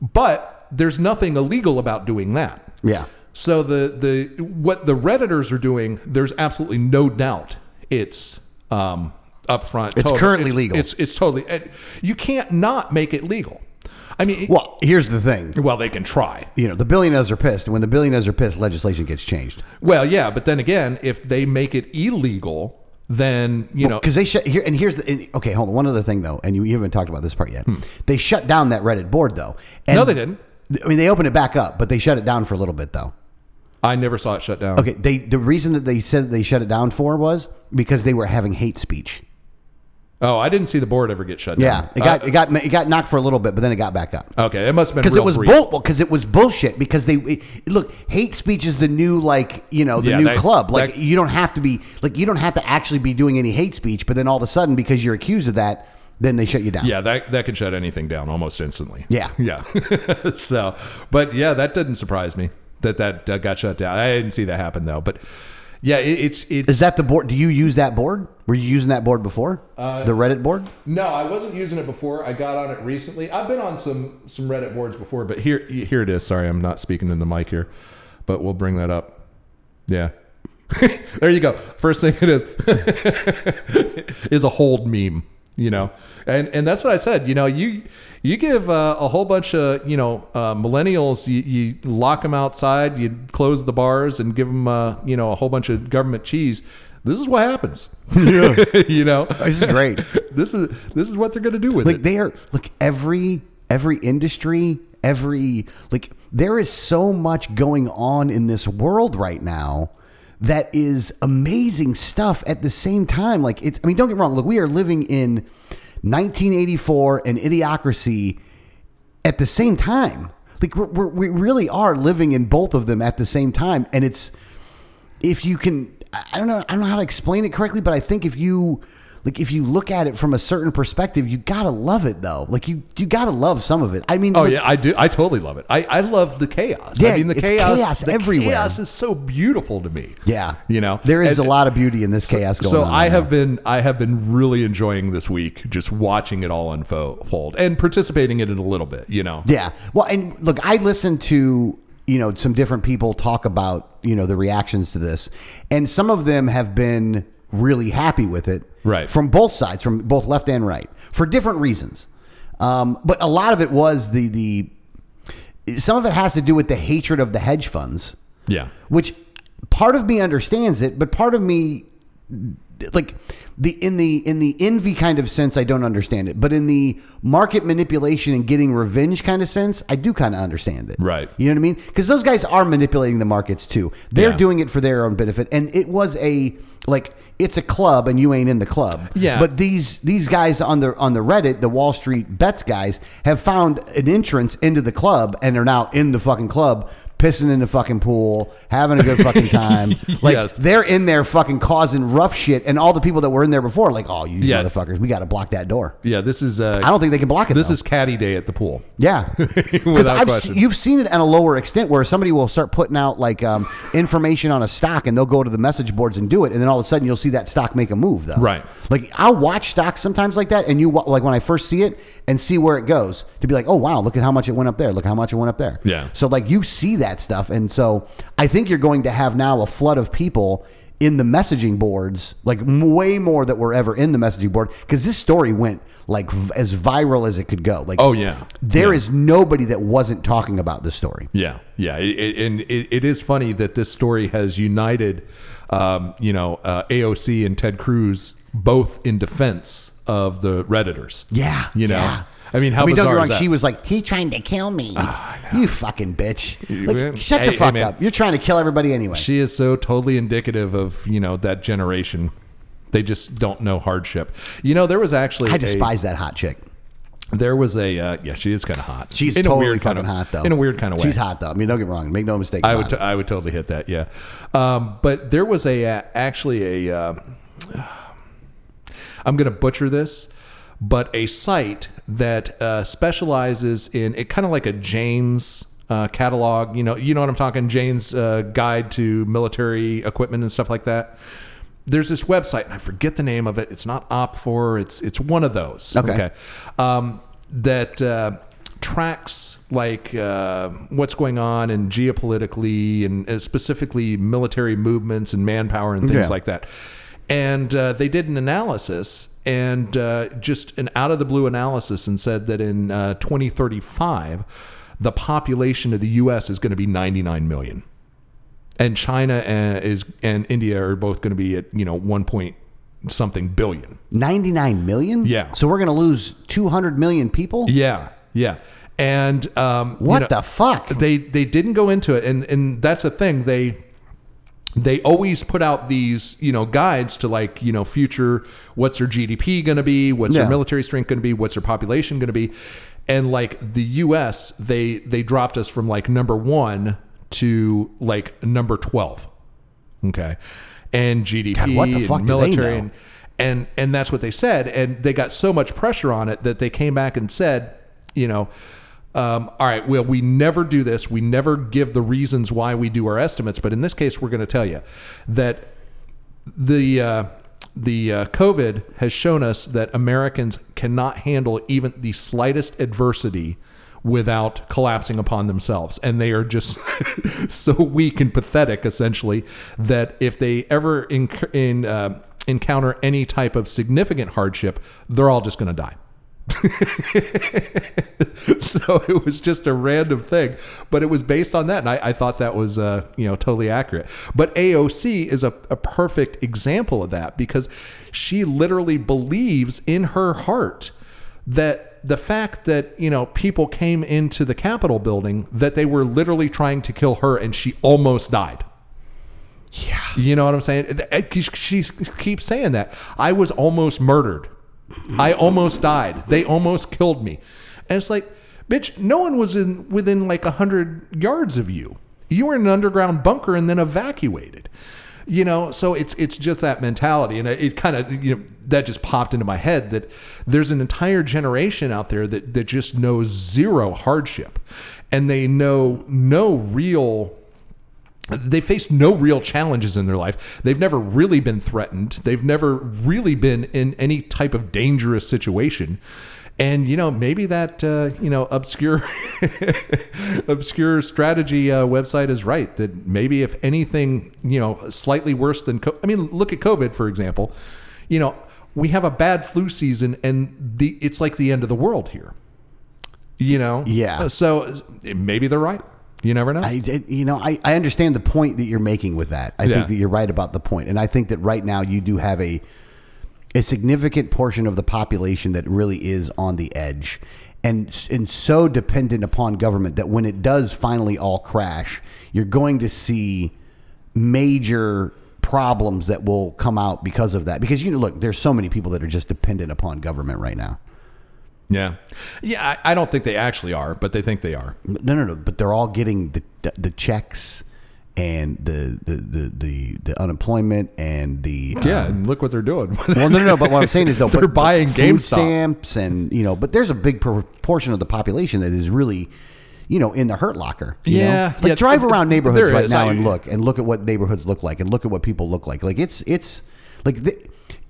But there's nothing illegal about doing that. Yeah. So the the what the redditors are doing, there's absolutely no doubt it's um, upfront. It's currently legal. It's it's totally. It, you can't not make it legal. I mean, it- well, Well, here's the thing. they can try. You know, the billionaires are pissed. When the billionaires are pissed, legislation gets changed. Well, yeah, but then again, if they make it illegal, then you know. because they shut here. And here's the and, okay. Hold on. One other thing though, and you, you haven't talked about this part yet. They shut down that Reddit board though. Hmm. And No, they didn't. I mean, they opened it back up, but they shut it down for a little bit though. I never saw it shut down. Okay, they the reason that they said they shut it down for was because they were having hate speech. Oh, I didn't see the board ever get shut Yeah, down. it got it got it got knocked for a little bit, but then it got back up. Uh, okay, it must have been because real it was brief. bull. Because it was bullshit. Because they it- look, hate speech is the new like you know the Yeah, new that- club. Like that- you don't have to be like you don't have to actually be doing any hate speech. But then all of a sudden, because you're accused of that, then they shut you down. Yeah, that that could shut anything down almost instantly. Yeah. yeah. so, but yeah, that didn't surprise me that that uh, got shut down. I didn't see that happen though. But yeah, it, it's it's Is that the board? Do you use that board? Were you using that board before the Reddit board? no, I wasn't using it before. I got on it recently. I've been on some some Reddit boards before, but here here it is. Sorry, I'm not speaking in the mic here, but we'll bring that up. Yeah. there you go. First thing it is is a hold meme, you know. And and that's what I said, you know, you you give uh, a whole bunch of, you know, uh, millennials you, you lock them outside, you close the bars and give them uh, you know, a whole bunch of government cheese. This is what happens. you know. This is great. This is this is what they're going to do with like it. they are like every every industry every like there is so much going on in this world right now that is amazing stuff at the same time like it's i mean don't get me wrong look we are living in 1984 and idiocracy at the same time like we're, we're, we really are living in both of them at the same time and it's if you can I I don't know I don't know how to explain it correctly, but I think if you like if you look at it from a certain perspective, you gotta love it though. Like you you gotta love some of it. I mean Oh like, yeah, I do. I totally love it. I, I love the chaos. Yeah, I mean the it's chaos, chaos the everywhere. Chaos is so beautiful to me. yeah. Oh, you know There is And- a lot of beauty in this chaos going so on. I right have now. been I have been really enjoying this week, just watching it all unfold and participating in it a little bit. You know, Yeah. Well and look, I listened to you know some different people talk about, you know, the reactions to this. And some of them have been really happy with it. Right. From both sides, from both left and right, for different reasons. Um, but a lot of it was the the some of it has to do with the hatred of the hedge funds, yeah, which part of me understands it, but part of me like the in the in the envy kind of sense I don't understand it, but in the market manipulation and getting revenge kind of sense, I do kind of understand it. Right. You know what I mean? Because those guys are manipulating the markets too. They're Yeah. doing it for their own benefit and it was a like it's a club and you ain't in the club. Yeah. But these these guys on the on the Reddit, the Wall Street bets guys, have found an entrance into the club and are now in the fucking club, pissing in the fucking pool, having a good fucking time. Like Yes. they're in there fucking causing rough shit, and all the people that were in there before, are like, oh, you Yeah. motherfuckers, we got to block that door. yeah. This is uh, I don't think they can block it. this though. is caddy day at the pool. Yeah, because Without I've question. se- you've seen it at a lower extent where somebody will start putting out like um, information on a stock, and they'll go to the message boards and do it, and then all of a sudden you'll see that stock make a move though. Right. Like I'll watch stocks sometimes like that, and you wa- like when I first see it and see where it goes to be like, oh wow, look at how much it went up there, look how much it went up there. Yeah. So like you see that stuff, and so I think you're going to have now a flood of people. In the messaging boards, like m- way more that were ever in the messaging board, because this story went like v- as viral as it could go. Like, Oh yeah, there Yeah. is nobody that wasn't talking about this story. Yeah, yeah, It- it- and it, it is funny that this story has united, um, you know, uh, AOC and Ted Cruz both in defense of the redditors. Yeah, you know, yeah. I mean, how I mean, don't get bizarre is me wrong. that? Ah, She was like, "He trying to kill me." you fucking bitch! man. Like, shut Hey, the hey, fuck man. up. You're trying to kill everybody anyway. She is so totally indicative of you know that generation They just don't know hardship. You know, there was actually I a- despise that hot chick. there was a uh, yeah, she is kind of hot. She's In a totally weird fucking kind of, hot though. In a weird kind of way, She's hot though. I mean, don't get me wrong. Make no mistake. I about would, it. t- I would totally hit that. Yeah, um, but there was a uh, actually a. Uh, I'm going to butcher this, but a site that uh, specializes in it, kind of like a Jane's uh, catalog. You know, you know what I'm talking. Jane's uh, guide to military equipment and stuff like that. There's this website, and I forget the name of it. It's not Op4. It's it's one of those. Okay. Um, that uh, tracks like uh, what's going on and geopolitically and uh, specifically military movements and manpower and things Yeah. like that. And uh, they did an analysis and uh, just an out of the blue analysis and said that in uh, 2035, the population of the U.S. is going to be 99 million, and China uh, is and India are both going to be at you know one point something billion. 99 million? Yeah. So we're going to lose 200 million people? Yeah, yeah. And um, you What know- the fuck? they they didn't go into it and and that's the thing they they always put out these you know guides to like you know future what's their gdp going to be what's Yeah. their military strength going to be what's their population going to be and like the us they they dropped us from like number one to like number 12 okay and gdp God, what the and fuck do they military know? and and and that's what they said and they got so much pressure on it that they came back and said you know um, all right well we never do this we never give the reasons why we do our estimates but in this case we're going to tell you that the uh, the uh, covid has shown us that americans cannot handle even the slightest adversity without collapsing upon themselves and they are just so weak and pathetic essentially that if they ever in, in uh, encounter any type of significant hardship they're all just going to die so it was just a random thing, but it was based on that, and I, I thought that was uh, you know totally accurate. But AOC is a, a perfect example of that because she literally believes in her heart that the fact that you know people came into the Capitol building that they were literally trying to kill her, and she almost died. Yeah, you know what I'm saying. eh, She keeps saying that I was almost murdered. I almost died. They almost killed me. And it's like, bitch, no one was in within like a hundred yards of you. You were in an underground bunker and then evacuated. You know, so it's it's just that mentality, and it, it kind of you know that just popped into my head that there's an entire generation out there that that just knows zero hardship, and they know no real they face no real challenges in their life. They've never really been threatened. They've never really been in any type of dangerous situation. And you know, maybe that uh, you know obscure obscure strategy uh, website is right. That maybe if anything, you know, slightly worse than co- I mean, look at COVID for example. You know, we have a bad flu season, and the it's like the end of the world here. You know, Yeah. So maybe they're right. You never know. I, I- you know, I, I understand the point that you're making with that. I Yeah. think that you're right about the point, and I think that right now you do have a a significant portion of the population that really is on the edge, and s- and so dependent upon government that when it does finally all crash, you're going to see major problems that will come out because of that. Because you know, look, there's so many people that are just dependent upon government right now. Yeah, yeah. I, I don't think they actually are, but they think they are. No, no, no. But they're all getting the the, the checks and the the, the the the unemployment and the uh, Yeah, and look what they're doing. well, no, no, no. But what I'm saying is, though, They're but- but buying food GameStop. stamps and you know. But there's a big proportion of the population that is really. You know, in the hurt locker. you know? Yeah, but yeah, drive th- around th- neighborhoods there right is. now I- and look and look at what neighborhoods look like and look at what people look like. Like it's it's like th-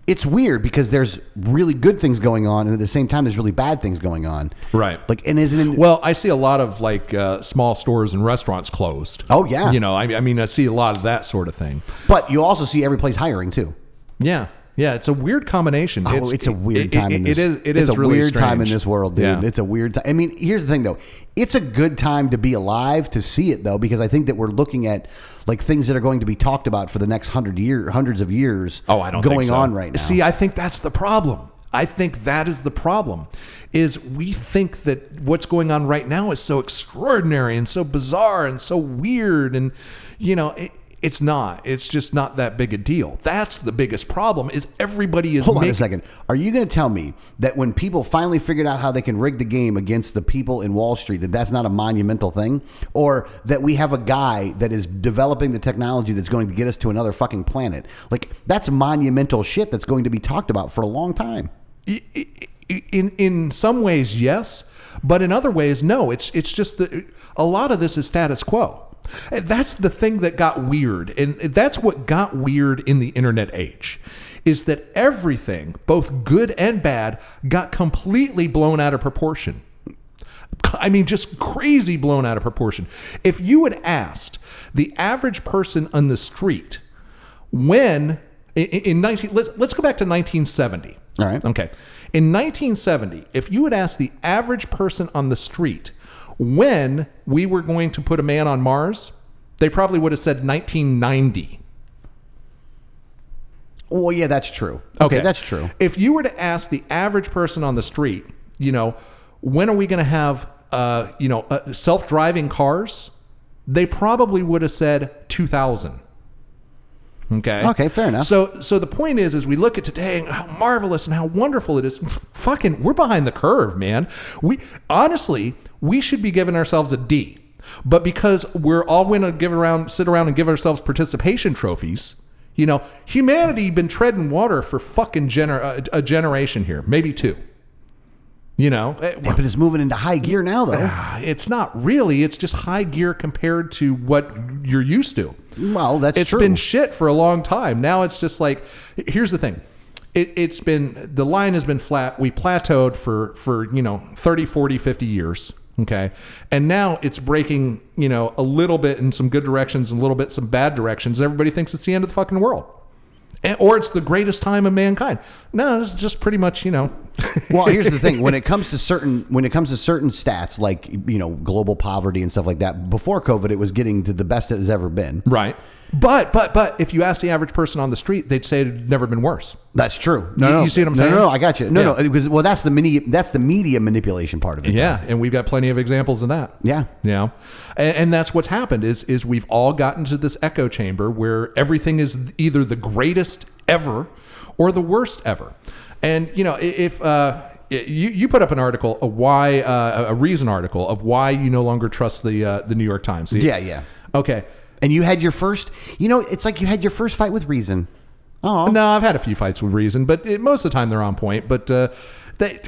it's weird because there's really good things going on and at the same time there's really bad things going on. Right. Like and isn't it, well, I see a lot of like uh, small stores and restaurants closed. Oh, yeah. you know, I, I mean, I see a lot of that sort of thing. but you also see every place hiring too. Yeah, yeah. It's a weird combination. Oh, it's, a weird it- time. It, in this, it is. It it's is a really weird time in strange. this world, dude. Yeah. It's a weird time. I mean, here's the thing, though. It's a good time to be alive to see it, though, because I think that we're looking at like things that are going to be talked about for the next hundred year, hundreds of years. Oh, I don't think going so. on right now. See, I think that's the problem. I think that is the problem. Is we think that what's going on right now is so extraordinary and so bizarre and so weird, and you know, it, It's not. It's just not that big a deal. That's the biggest problem. Is everybody is Hold on a making- second. Are you going to tell me that when people finally figured out how they can rig the game against the people in Wall Street, that that's not a monumental thing, or that we have a guy that is developing the technology that's going to get us to another fucking planet? Like that's monumental shit that's going to be talked about for a long time. I- I- in in some ways yes but in other ways no it's it's just that a lot of this is status quo And that's the thing that got weird and that's what got weird in the internet age is that everything both good and bad got completely blown out of proportion I mean, just crazy blown out of proportion. If you had asked the average person on the street when in, in 19, let's let's go back to 1970. All right. Okay. In 1970, if you had asked the average person on the street when we were going to put a man on Mars, they probably would have said 1990. Well, yeah, that's true. Okay. that's true. If you were to ask the average person on the street, you know, when are we going to have, uh, you know, uh, self-driving cars? They probably would have said 2000. Okay. Okay, fair enough. So, so the point is, is we look at today and how marvelous and how wonderful it is. Fucking, we're behind the curve, man. We honestly, we should be giving ourselves a D, but because we're all going to give around, sit around and give ourselves participation trophies. You know, humanity been treading water for fucking gener- a, a generation here, maybe two. You know, Eh, ah, Yeah, but it's moving into high gear now, though. it's not really. It's just high gear compared to what you're used to. Well, that's It's true. been shit for a long time. Now it's just like, here's the thing. It, it's been the line has been flat. We plateaued for for you know 30, 40, 50 years. Okay, and now it's breaking you know a little bit in some good directions, and a little bit some bad directions. Everybody thinks it's the end of the fucking world, and, or it's the greatest time of mankind. No, it's just pretty much you know. well, here's the thing: when it comes to certain when it comes to certain stats, like you know, global poverty and stuff like that. Before COVID, it was getting to the best it has ever been. Right. But but but if you ask the average person on the street, they'd say it'd never been worse. That's true. You- you see what I'm No, saying? No, no, I got you. No, Yeah. no, because well, that's the media. That's the media manipulation part of it. Yeah, and we've got plenty of examples of that. Yeah. Yeah, and, and that's what's happened is is we've all gotten to this echo chamber where everything is either the greatest ever or the worst ever, and you know i- if. Uh, i- you, you put up an article, a why, uh, a reason article of why you no longer trust the uh, the New York Times. Yeah, yeah. Okay. And you had your first. You know, it's like you had your first fight with reason. Oh, No, I've had a few fights with reason, but it, most of the time they're on point. But uh, they,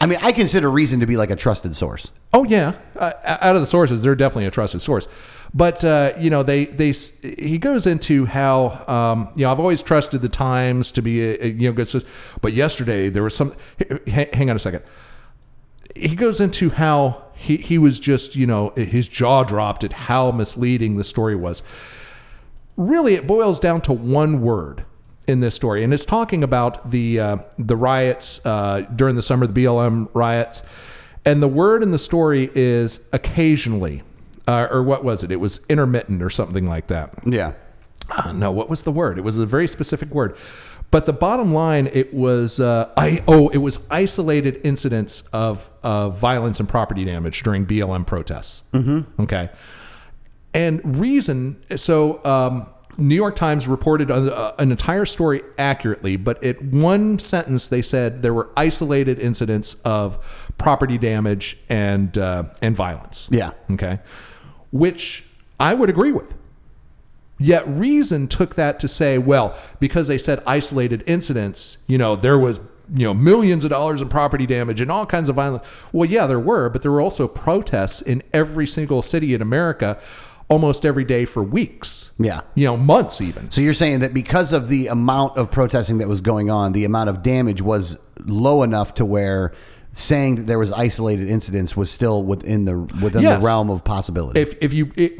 I mean, I consider reason to be like a trusted source. Oh yeah, uh, out of the sources, they're definitely a trusted source. But uh, you know, they they s- he goes into how um, you know I've always trusted the Times to be a, a, you know good source, but yesterday there was some. h- h- Hang on a second. He goes into how he he was just you know his jaw dropped at how misleading the story was really it boils down to one word in this story, and it's talking about the uh, the riots uh, during the summer, the BLM riots, and the word in the story is occasionally, uh, or what was it? It was intermittent or something like that. Yeah. Uh, no, what was the word? It was a very specific word. But the bottom line, it was uh, I oh, it was isolated incidents of of violence and property damage during BLM protests. Mm-hmm. Okay, and reason so. Um, New York Times reported on, uh, an entire story accurately, but at one sentence they said there were isolated incidents of property damage and uh, and violence. Yeah. Okay. Which I would agree with. Yet reason took that to say, well, because they said isolated incidents, you know, there was you know millions of dollars in property damage and all kinds of violence. Well, yeah, there were, but there were also protests in every single city in America almost every day for weeks. Yeah. You know, months even. So you're saying that because of the amount of protesting that was going on, the amount of damage was low enough to where saying that there was isolated incidents was still within the within Yes. the realm of possibility. if if you it,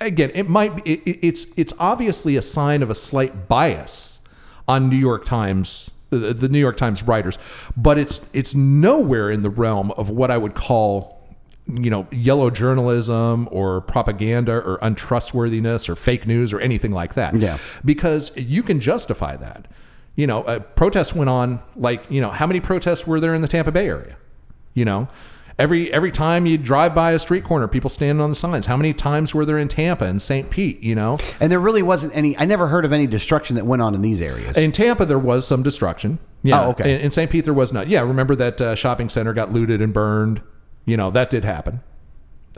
again it might be, it, it's it's obviously a sign of a slight bias on New York Times the, the New York Times writers but it's it's nowhere in the realm of what I would call you know yellow journalism or propaganda or untrustworthiness or fake news or anything like that Yeah. because you can justify that you know uh, protests went on like you know how many protests were there in the Tampa Bay area you know Every every time you drive by a street corner, people standing on the signs. How many times were there in Tampa and St. Pete? You know, And there really wasn't any. I never heard of any destruction that went on in these areas. in Tampa there was some destruction. Yeah. Oh, okay. In, in St. Pete there was not. Yeah. Remember that uh, shopping center got looted and burned. You know that did happen.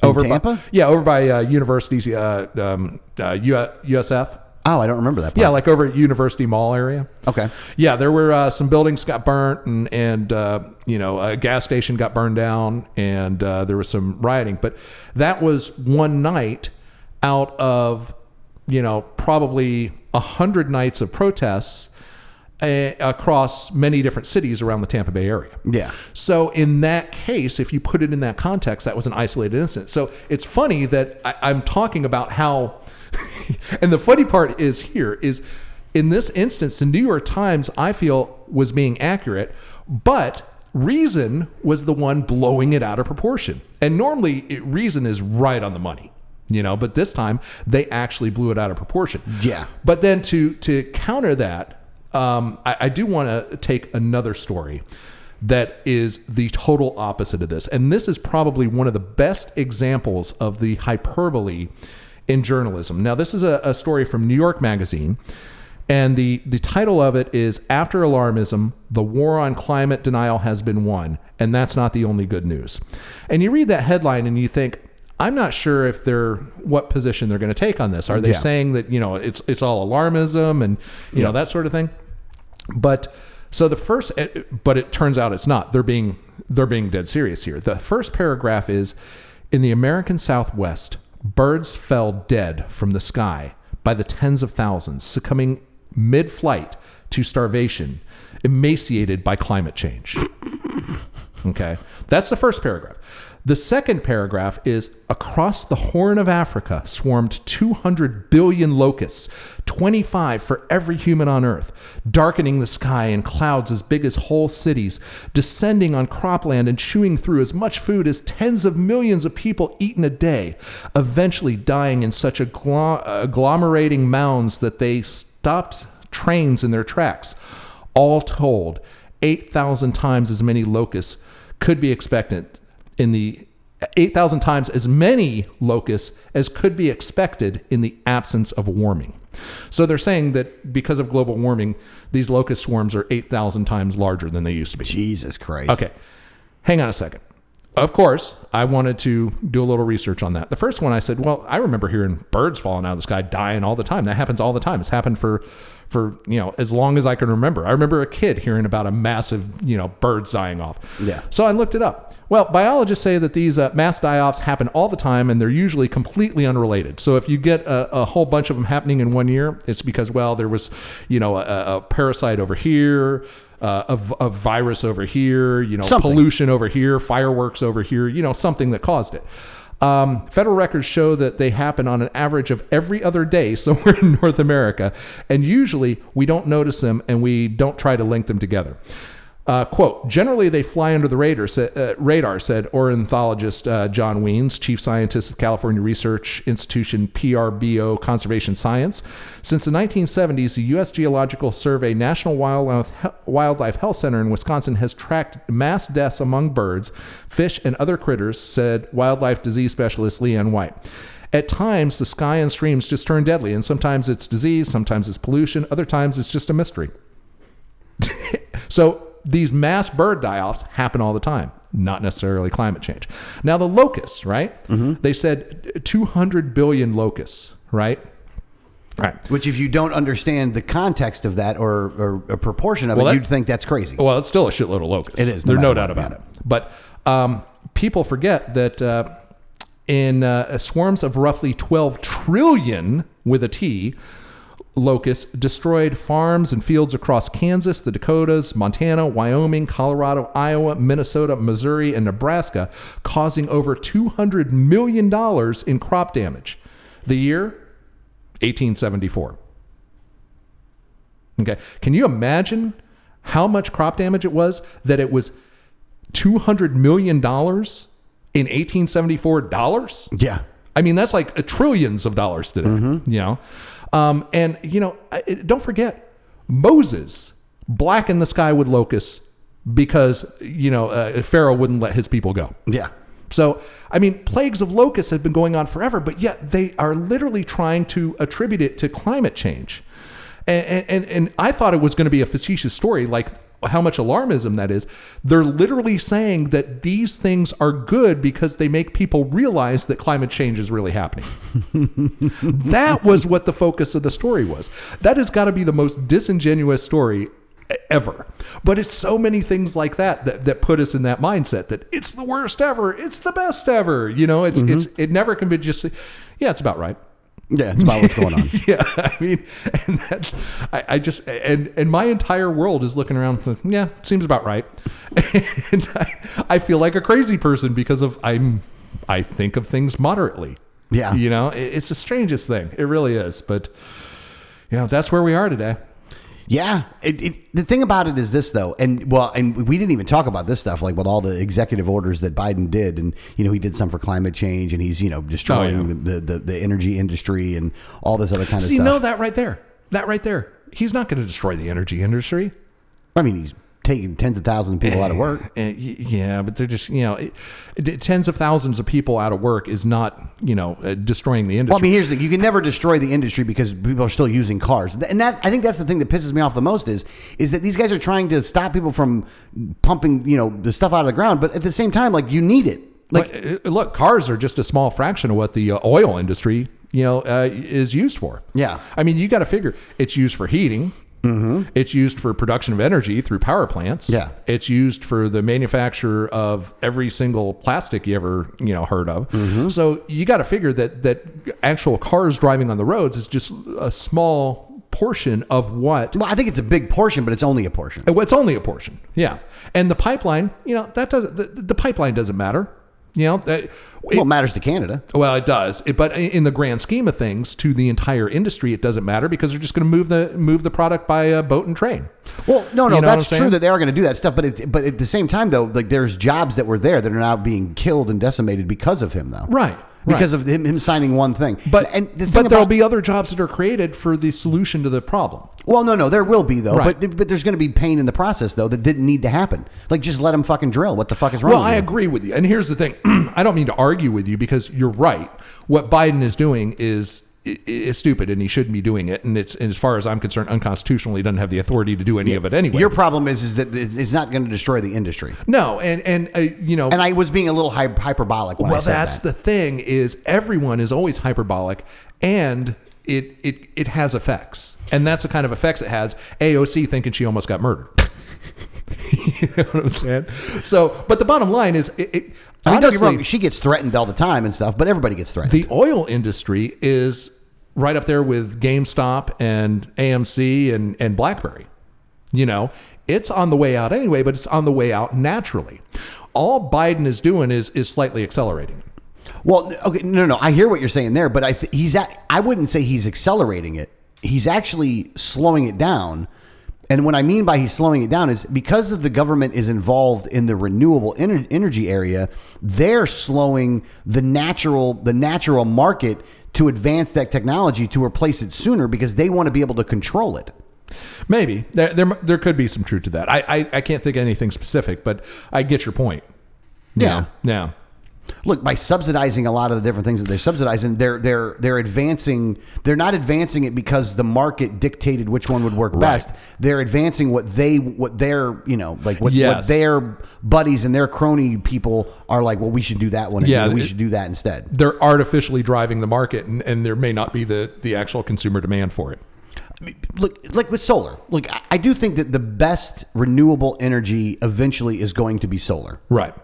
Over Tampa? by yeah, over by uh, universities, uh, um, uh, U- USF. oh, I don't remember that. Part. Yeah, like over at University Mall area. Okay. Yeah, there were uh, some buildings got burnt, and and uh, you know a gas station got burned down, and uh, there was some rioting. But that was one night out of you know probably a hundred nights of protests uh, across many different cities around the Tampa Bay area. Yeah. So in that case, if you put it in that context, that was an isolated incident. So it's funny that I, I'm talking about how, and the funny part is here is, in this instance, the New York Times I feel was being accurate, but Reason was the one blowing it out of proportion. And normally, it, Reason is right on the money. You know, but this time they actually blew it out of proportion. Yeah. But then to to counter that, um, I, I do want to take another story that is the total opposite of this, and this is probably one of the best examples of the hyperbole in journalism. Now, this is a, a story from New York Magazine. And the, the title of it is After Alarmism, the War on Climate Denial Has Been Won. And that's not the only good news. And you read that headline and you think, I'm not sure if they're what position they're going to take on this. Are they Yeah. saying that, you know, it's it's all alarmism and you know that sort of thing? But so the first, eh, but it turns out it's not. They're being they're being dead serious here. The first paragraph is, in the American Southwest, birds fell dead from the sky by the tens of thousands, succumbing mid-flight to starvation, emaciated by climate change. Okay. That's the first paragraph. The second paragraph is across the Horn of Africa swarmed 200 billion locusts, 25 for every human on earth, darkening the sky in clouds as big as whole cities, descending on cropland and chewing through as much food as tens of millions of people eat in a day, eventually dying in such agglo- agglomerating mounds that they stopped trains in their tracks. All told, 8,000 times as many locusts could be expected in the 8,000 times as many locusts as could be expected in the absence of warming. So they're saying that because of global warming, these locust swarms are 8,000 times larger than they used to be. Jesus Christ. Okay. Hang on a second. Of course, I wanted to do a little research on that. The first one I said, well, I remember hearing birds falling out of the sky dying all the time. That happens all the time. It's happened for for, you know, as long as I can remember. I remember a kid hearing about a massive, you know, birds dying off. Yeah. So I looked it up. Well, biologists say that these uh, mass die-offs happen all the time, and they're usually completely unrelated. So if you get a, a whole bunch of them happening in one year, it's because well, there was you know a, a parasite over here, uh, a v- a, virus over here, you know, Something. pollution over here, fireworks over here, you know, something that caused it. Um, federal records show that they happen on an average of every other day somewhere in North America, and usually we don't notice them and we don't try to link them together. Uh, quote, generally they fly under the radar, sa- uh, radar said ornithologist uh, John Weens, chief scientist of California Research Institution PRBO Conservation Science. Since the 1970s, the U.S. Geological Survey National Wildlife, Wildlife Health Center in Wisconsin has tracked mass deaths among birds, fish, and other critters, said wildlife disease specialist Leanne White. At times, the sky and streams just turn deadly, and sometimes it's disease, sometimes it's pollution, other times it's just a mystery. So these mass bird die-offs happen all the time, not necessarily climate change. Now the locusts, right? They said 200 billion locusts, right? Right. Which, if you don't understand the context of that or, or a proportion of Well, it, that- Oh. you'd think that's crazy. Well, it's still a shitload of locusts. It is, no There's no matter doubt what, about yeah. it. But um, people forget that uh, in uh, swarms of roughly 12 trillion with a T, locusts destroyed farms and fields across Kansas, the Dakotas, Montana, Wyoming, Colorado, Iowa, Minnesota, Missouri, and Nebraska, causing over $200 million in crop damage. The year 1874. Okay. Can you imagine how much crop damage it was that it was $200 million in 1874 dollars? yeah. I mean, that's like a trillions of dollars today, you know? Um, and, you know, I, it- don't forget, Moses blackened the sky with locusts because you know uh, Pharaoh wouldn't let his people go. Yeah. So, I mean, plagues of locusts have been going on forever, but yet they are literally trying to attribute it to climate change. And, and, and I thought it was going to be a facetious story, like how much alarmism that is. They're literally saying that these things are good because they make people realize that climate change is really happening. that was what the focus of the story was. That has got to be the most disingenuous story e-, ever. But it's so many things like that, that that put us in that mindset that it's the worst ever, it's the best ever. You know, it's it's it never can be just yeah, it's about right. Yeah, it's about what's going on. Yeah, I mean, and that's I, I just and and my entire world is looking around. like, Yeah, seems about right. And I, I feel like a crazy person because of I'm I think of things moderately. Yeah. you know, it, it's the strangest thing. It really is. But you know, that's where we are today. Yeah. It, it, the thing about it is this, though, and well, and we didn't even talk about this stuff, like with all the executive orders that Biden did, and you know he did some for climate change, and he's you know destroying Oh, yeah. the, the, the the energy industry and all this other kind See, of no, stuff. that right there. That right there. He's not going to destroy the energy industry. I mean, he's taking tens of thousands of people out of work. Eh, y- Yeah, but they're just, you know, it, it- tens of thousands of people out of work is not, you know, uh, destroying the Well, I industry. mean, here's the thing: you can never destroy the industry because people are still using cars, and that I think that's the thing that pisses me off the most is is that these guys are trying to stop people from pumping, you know, the stuff out of the ground, but at the same time, like you need it. Like, But, eh, look, cars are just a small fraction of what the uh, oil industry, you know, uh, is used for. Yeah. I mean, you got to figure it's used for heating. Mm-hmm. It's used for production of energy through power plants. Yeah. It's used for the manufacture of every single plastic you ever, you know, heard of. Mm-hmm. So you got to figure that that actual cars driving on the roads is just a small portion of what well, I think it's a big portion, but it's only a portion. well, It's only a portion, yeah. And the pipeline, you know, that doesn't. The, the pipeline doesn't matter, you know. That, it- Well, it matters to Canada. well, it does, it, but in the grand scheme of things, to the entire industry, it doesn't matter because they're just going to move the move the product by uh, boat and train. Well, no, no, You know what that's I'm saying? true that they are going to do that stuff, but it, but at the same time, though, like there's jobs that were there that are now being killed and decimated because of him, though, Right, Because right. of him, him signing one thing, But and the thing but there'll about- be other jobs that are created for the solution to the problem. Well, no, no, there will be though, Right. but but there's going to be pain in the process though that didn't need to happen. Like just let them fucking drill. What the fuck is wrong? Well, with I you? agree with you. And here's the thing I don't mean to argue with you because you're right. What Biden is doing is. i- Is stupid and he shouldn't be doing it. And it's, and as far as I'm concerned, unconstitutional. He doesn't have the authority to do any of it anyway. Your problem is is that it- it's not going to destroy the industry. No, and and uh, you know, And I was being a little hy- hyperbolic when I well, said that's that. the thing is everyone is always hyperbolic, and it it it has effects, and that's the kind of effects it has. AOC thinking she almost got murdered. you know what I'm saying? So, but the bottom line is, it, it I mean, don't get me honestly, wrong. She gets threatened all the time and stuff, but everybody gets threatened. the oil industry is right up there with GameStop and AMC and, and BlackBerry. You know, it's on the way out anyway, but it's on the way out naturally. All Biden is doing is is slightly accelerating. Well, okay, no, no, I hear what you're saying there, but I th- he's at, I wouldn't say he's accelerating it. He's actually slowing it down. And what I mean by he's slowing it down is because of the government is involved in the renewable ener- energy area, they're slowing the natural the natural market to advance that technology to replace it sooner because they want to be able to control it. Maybe there there, there could be some truth to that. I, I I can't think of anything specific, but I get your point. Yeah. Yeah. Look, by subsidizing a lot of the different things that they're subsidizing, they're they're they're advancing. They're not advancing it because the market dictated which one would work best. They're advancing what they what their you know like what, what Yes. their buddies and their crony people are like. Well, we should do that one. Yeah, Yeah, we it- should do that instead. They're artificially driving the market, and, and there may not be the, the actual consumer demand for it. Look, like with solar. Look, I, I do think that the best renewable energy eventually is going to be solar. Right.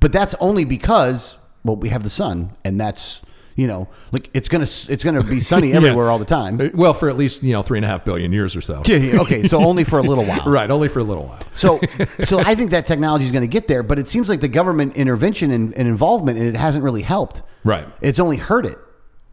but that's only because well we have the sun and that's you know like it's gonna it's gonna be sunny everywhere all the time Uh, Well, for at least you know three and a half billion years or so. Yeah, yeah, okay so only for a little while Right. Only for a little while. so so i think that technology is gonna get there but it seems like the government intervention and, and involvement and it hasn't really helped Right. it's only hurt it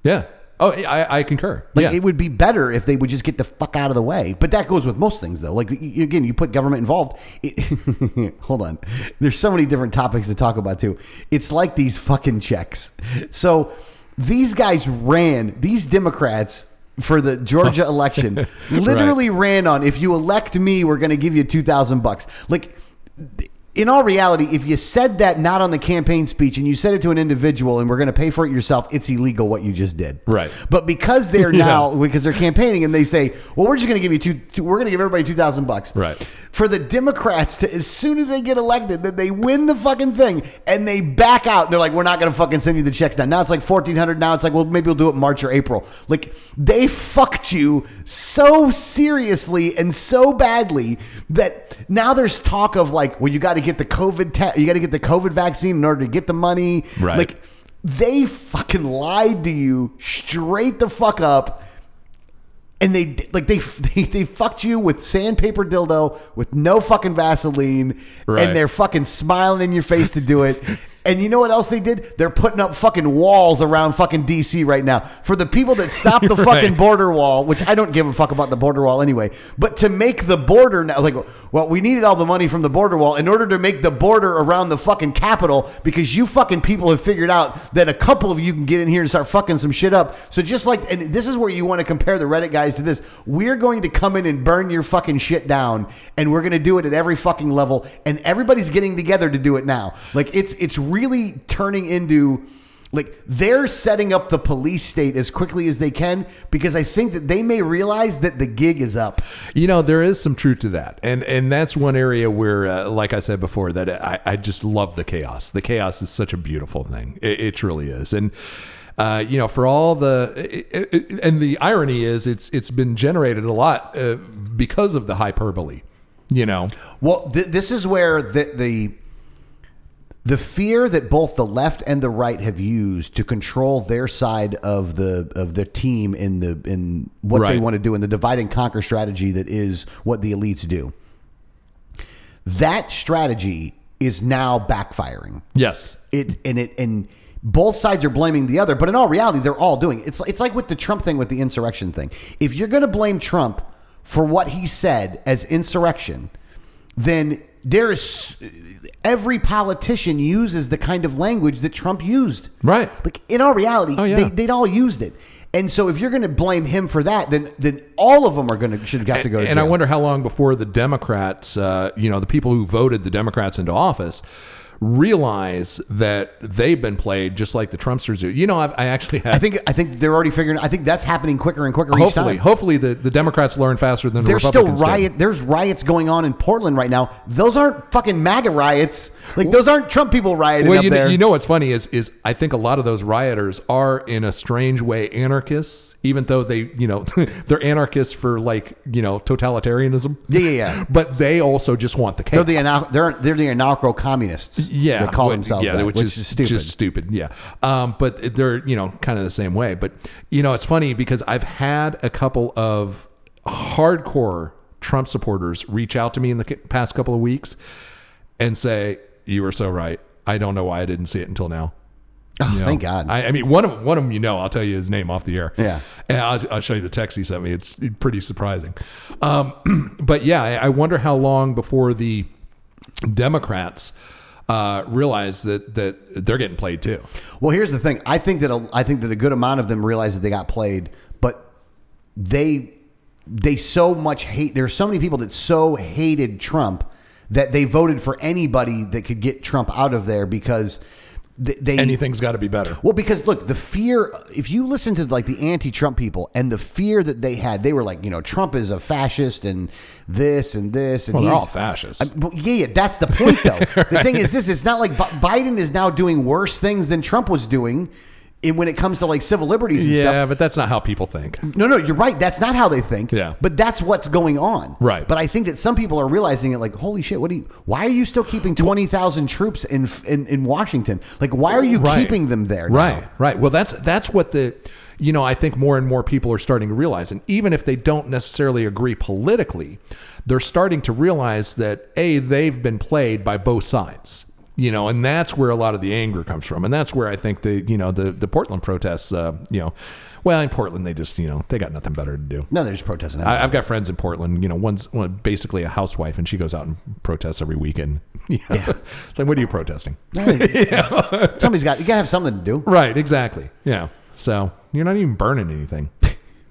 Yeah. Oh, I, I concur. like yeah. it would be better if they would just get the fuck out of the way but that goes with most things though like y- y- again you put government involved it, hold on there's so many different topics to talk about too it's like these fucking checks so these guys ran these democrats for the Georgia election literally ran on if you elect me we're going to give you 2000 bucks like in all reality, if you said that not on the campaign speech and you said it to an individual and we're going to pay for it yourself, it's illegal what you just did. Right. But because they're now because they're campaigning and they say, "Well, we're just going to give you two, two we're going to give everybody 2000 bucks." Right. For the Democrats to as soon as they get elected, that they win the fucking thing and they back out. And they're like, "We're not going to fucking send you the checks now." Now it's like 1400 now it's like, "Well, maybe we'll do it March or April." Like they fucked you so seriously and so badly that now there's talk of like, "Well, you got to get the COVID te- you got to get the COVID vaccine in order to get the money." Right. Like they fucking lied to you straight the fuck up and they like they they, they fucked you with sandpaper dildo with no fucking vaseline Right. and they're fucking smiling in your face to do it and you know what else they did they're putting up fucking walls around fucking dc right now for the people that stop the Right. fucking border wall which i don't give a fuck about the border wall anyway but to make the border now like well we needed all the money from the border wall in order to make the border around the fucking capital because you fucking people have figured out that a couple of you can get in here and start fucking some shit up so just like and this is where you want to compare the reddit guys to this we're going to come in and burn your fucking shit down and we're going to do it at every fucking level and everybody's getting together to do it now like it's it's really turning into like they're setting up the police state as quickly as they can because I think that they may realize that the gig is up. You know, there is some truth to that, and and that's one area where, uh, like I said before, that I, I just love the chaos. The chaos is such a beautiful thing. It, it truly is, and. Uh, you know, for all the it, it- it- and the irony is, it's it's been generated a lot uh, because of the hyperbole. You know, Well, th- this is where the, the the fear that both the left and the right have used to control their side of the of the team in the in what they Right. want to do in the divide and conquer strategy that is what the elites do. That strategy is now backfiring. yes, it and it and both sides are blaming the other but in all reality they're all doing it. it's it's like with the Trump thing with the insurrection thing if you're going to blame Trump for what he said as insurrection then there is every politician uses the kind of language that Trump used Right. Oh, like in all reality yeah. they, they'd all used it and so if you're going to blame him for that then then all of them are going to should have to go to and jail. I wonder how long before the Democrats, uh, you know, the people who voted the Democrats into office, realize that they've been played just like the Trumpsters do. You know, I've, I actually had. I think I think they're already figuring I think that's happening quicker and quicker each hopefully, time hopefully the, the Democrats learn faster than the There's still Republicans. did. riot. There's riots going on in Portland right now. Those aren't fucking MAGA riots. Like those aren't Trump people rioting Well, up you, there. you know what's funny is is I think a lot of those rioters are in a strange way anarchists, even though they you know they're anarchists for like you know totalitarianism. yeah, yeah, yeah. But they also just want the chaos. They're the anar- they're they're the anarcho communists. yeah, they call what- themselves yeah, that, which, is, stupid. Just stupid, yeah. Um, but they're you know kind of the same way. But you know it's funny because I've had a couple of hardcore Trump supporters reach out to me in the c- past couple of weeks and say, "You were so right. I don't know why I didn't see it until now." Oh, You know, thank God. I, I mean, one of one of them, you know, I'll tell you his name off the air. Yeah. and I'll, I'll show you the text he sent me. It's pretty surprising. Um, but yeah, I, I wonder how long before the Democrats uh, realize that that they're getting played too. well, here's the thing. I think that a, I think that a good amount of them realize that they got played, but they they so much hate. There's so many people that so hated Trump that they voted for anybody that could get Trump out of there because they, they Anything's got to be better. Well, because look, the fear, if you listen to like the anti Trump people and the fear that they had, they were like, you know, Trump is a fascist and this and this. And Well, they're he's- all fascists. I- well, yeah, yeah, that's the point, though. The thing is this it's not like Bi- Biden is now doing worse things than Trump was doing in, when it comes to like civil liberties and stuff. yeah, but that's not how people think. No, no, you're right. That's not how they think. Yeah. But that's what's going on. Right. But I think that some people are realizing it like, holy shit, what do you, why are you still keeping 20,000 troops in, in, in Washington? Like, why are you Right. keeping them there? now? Right, right. Well, that's that's what the you know I think more and more people are starting to realize, and even if they don't necessarily agree politically, they're starting to realize that a they've been played by both sides. You know, and that's where a lot of the anger comes from, and that's where I think the you know the the Portland protests. Uh, you know, well in Portland they just you know they got nothing better to do. No, they're just protesting. I, I've got friends in Portland. You know, one's one, basically a housewife, and she goes out and protests every weekend. Yeah. it's like, what are you protesting? Somebody's got you gotta have something to do. Right, exactly. Yeah. So you're not even burning anything.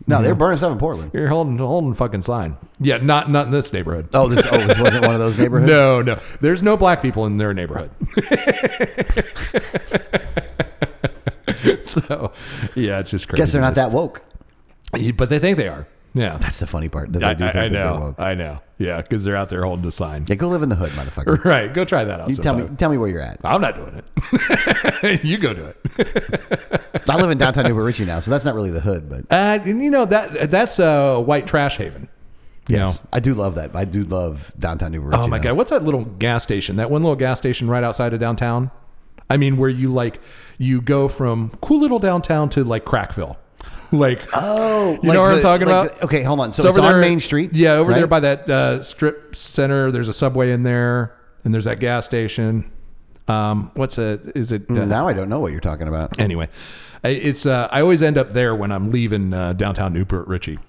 No, they're burning stuff in Portland. You're holding holding fucking sign. Yeah, not not in this neighborhood. Oh, this, oh, this wasn't one of those neighborhoods. No, no. There's no black people in their neighborhood. so, yeah, it's just crazy. Guess they're not that woke. But they think they are. Yeah. That's the funny part. That I, they do think I- I that they're know. woke. I know. Yeah, because they're out there holding a sign. Yeah, go live in the hood, motherfucker. Right. Go try that out. You tell me, sometime. tell me where you're at. I'm not doing it. you go do it. I live in downtown Newport Richie now, so that's not really the hood, but Uh, and you know that that's a white trash haven. You know? I do love that. I do love downtown Newport Richie. Oh my though. god, what's that little gas station? That one little gas station right outside of downtown. I mean, where you like you go from cool little downtown to like Crackville, like Oh, you know what I'm talking about? the- okay, hold on. So It's it's, on Main Street. Yeah, over there right? by that uh, strip center. There's a subway in there, and there's that gas station. Um, what's a? Is it? Uh, Now I don't know what you're talking about. Anyway, I- it's uh, I always end up there when I'm leaving uh, downtown Newport Richie.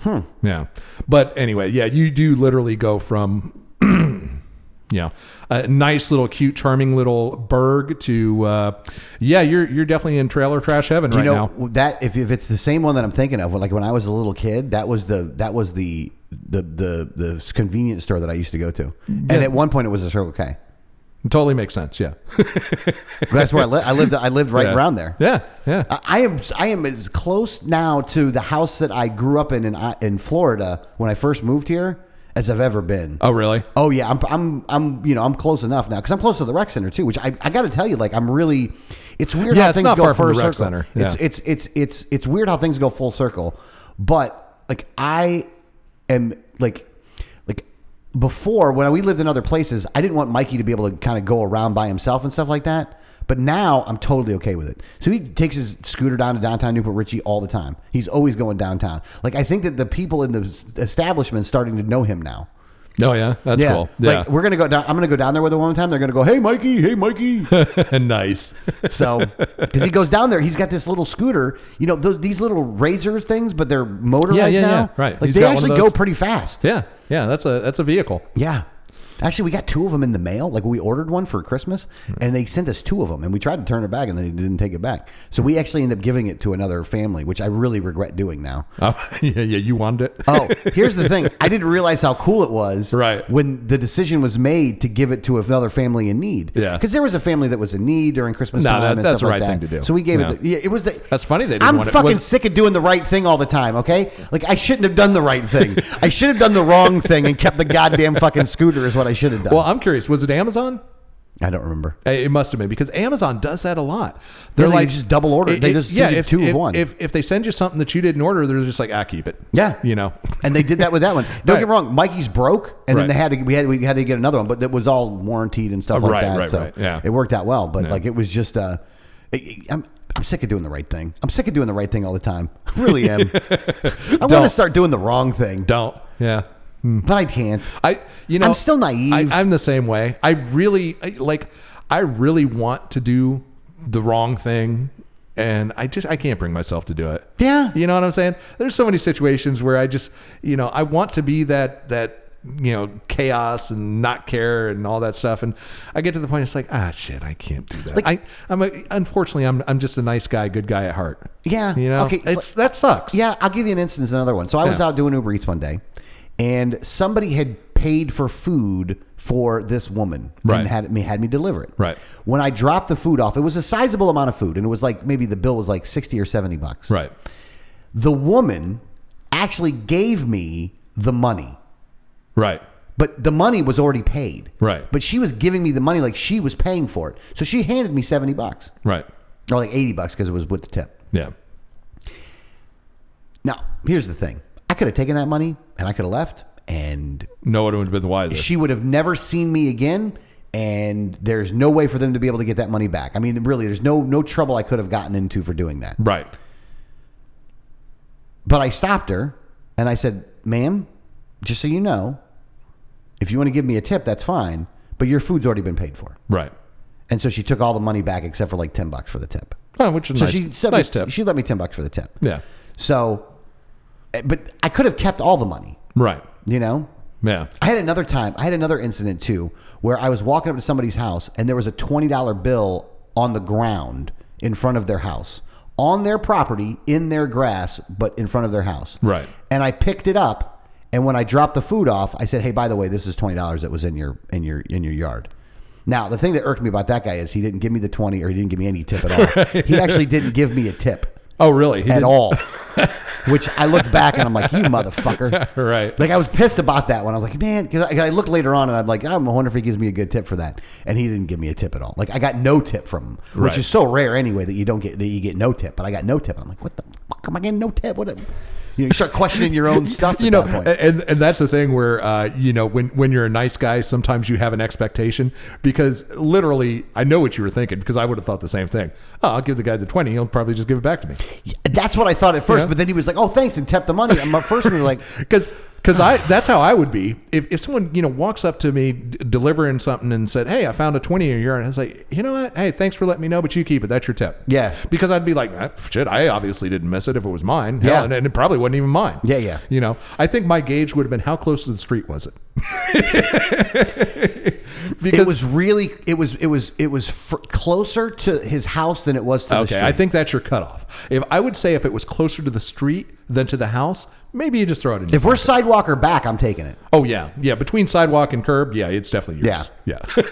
Hmm. Yeah, but anyway, yeah, you do literally go from. You know, a nice little, cute, charming little burg to, uh, yeah, you're you're definitely in trailer trash heaven You right know now. that if, if it's the same one that I'm thinking of, like when I was a little kid, that was the that was the the the the convenience store that I used to go to, and at one point it was a Circle K. Totally makes sense. Yeah, That's where I, li- I lived. I lived right around there. Uh, Yeah, yeah. I I am I am as close now to the house that I grew up in in, I- in Florida when I first moved here as I've ever been. oh, really? Oh yeah, I'm I'm I'm you know I'm close enough now because I'm close to the rec center too, which I, I got to tell you, like I'm really, it's weird Yeah, how it's things not go far from full the rec circle. center. It's Yeah. it's it's it's it's weird how things go full circle, but like I am like like before when we lived in other places, I didn't want Mikey to be able to kind of go around by himself and stuff like that. But now I'm totally okay with it. So he takes his scooter down to downtown Newport Richie all the time. He's always going downtown. Like I think that the people in the establishment starting to know him now. Oh, yeah. That's cool. Yeah, Like we're gonna go down. I'm gonna go down there with him one time. They're gonna go, hey Mikey, hey Mikey. nice. So because he goes down there, he's got this little scooter. You know th- these little razor things, but they're motorized Yeah, yeah, now. yeah, right. Like He's they got one of actually go those. pretty fast. Yeah, yeah. That's a that's a vehicle. Yeah. Actually, we got two of them in the mail. Like we ordered one for Christmas, Hmm. and they sent us two of them, and we tried to turn it back, and they didn't take it back. So we actually ended up giving it to another family, which I really regret doing now. Oh, yeah, yeah. You wanted it? Oh, here's the thing. I didn't realize how cool it was Right. when the decision was made to give it to another family in need. Yeah. Because there was a family that was in need during Christmas No, time. that- and that's stuff the like right thing that. to do. So we gave it. Yeah. The, yeah, it was the. That's funny they didn't I'm want it. It fucking wasn't- sick of doing the right thing all the time. Okay, like I shouldn't have done the right thing. I should have done the wrong thing and kept the goddamn fucking scooter is what I should have done. Well, I'm curious. Was it Amazon? I don't remember. Eh, It must have been because Amazon does that a lot. They're they like just double order. It- They it- just send you if, two of if- one. If if they send you something that you didn't order, they're just like, ah, keep it. Yeah. you know. And they did that with that one. Don't Right. get wrong. Mikey's broke, and then Right. Oh, they had to we had we had to get another one, but that was all warranted and stuff like Right, that. right, so right, yeah. it worked out well. But like it was just uh, it- it- I'm I'm sick of doing the right thing. I'm sick of doing the right thing all the time. I really am. I want to Don't. start doing the wrong thing, Don't. Yeah. but I can't. I. You know. I'm still naive. I, I'm the same way. I really I, like. I really want to do the wrong thing, and I just I can't bring myself to do it. Yeah. You know what I'm saying? There's so many situations where I just, you know, I want to be that that you know chaos and not care and all that stuff, and I get to the point it's like ah shit, I can't do that. I I'm a, unfortunately I'm I'm just a nice guy, good guy at heart. Yeah. You know, Okay, okay, it's that sucks. Yeah, I'll give you an instance, another one. So I was Yeah. out doing Uber Eats one day, and somebody had paid for food for this woman Right. and had me had me deliver it. Right. When I dropped the food off, it was a sizable amount of food, and it was like maybe the bill was like sixty or seventy bucks. Right. The woman actually gave me the money. Right. But the money was already paid. Right. But she was giving me the money like she was paying for it. So she handed me 70 bucks Right. or like 80 bucks because it was with the tip. Yeah. Now, here's the thing. I could have taken that money and I could have left and No one would have been the wiser. she would have never seen me again and there's no way for them to be able to get that money back. I mean, really, there's no no trouble I could have gotten into for doing that. right. But I stopped her and I said, "Ma'am, just so you know, if you want to give me a tip, that's fine, but your food's already been paid for." Right. And so she took all the money back except for like 10 bucks for the tip. Oh, which is So nice. she said nice me, tip. she let me 10 bucks for the tip. yeah. So eh, but I could have kept all the money, Right. you know? Yeah. I had another time. I had another incident too, where I was walking up to somebody's house and there was a twenty dollar bill on the ground in front of their house. on their property in their grass, but in front of their house. Right. And I picked it up, and when I dropped the food off, I said, "Hey, by the way, this is twenty dollars that was in your in your in your yard." Now, the thing that irked me about that guy is he didn't give me the twenty, or he didn't give me any tip at all. He actually didn't give me a tip Oh, really? He at didn't- all. Which I looked back and I'm like, you motherfucker. Right. Like I was pissed about that one. I was like, man, because I, I looked later on and I'm like, I'm wonder if he gives me a good tip for that. And he didn't give me a tip at all. Like I got no tip from him, which Right. is so rare anyway that you don't get that you get no tip. But I got no tip. I'm like, what the fuck am I getting no tip? What? A, you know, you start questioning your own stuff. At you know, uh, that point. and and that's the thing where uh, you know when when you're a nice guy, sometimes you have an expectation because literally, I know what you were thinking because I would have thought the same thing. Oh, I'll give the guy the twenty; he'll probably just give it back to me. that's what I thought at first. know? But then he was like, oh, thanks, and tapped the money. And my first one was like, Because because I that's how I would be if, if someone you know walks up to me d- delivering something and said, "Hey, I found a twenty in your yard," and I was like, "You know what? Hey, thanks for letting me know, but you keep it. That's your tip." Yeah. Because I'd be like, "Ah, "Shit, I obviously didn't miss it if it was mine. Hell, Yeah. and, and it probably wasn't even mine." Yeah, yeah. You know, I think my gauge would have been how close to the street was it? because it was really, it was, it was, it was fr- closer to his house than it was to the Okay, street. I think that's your cutoff. If I would say if it was closer to the street than to the house, maybe you just throw it in. if we're sidewalk or back, I'm taking it. oh yeah, yeah, between sidewalk and curb, yeah, it's definitely yours. Yeah, yeah.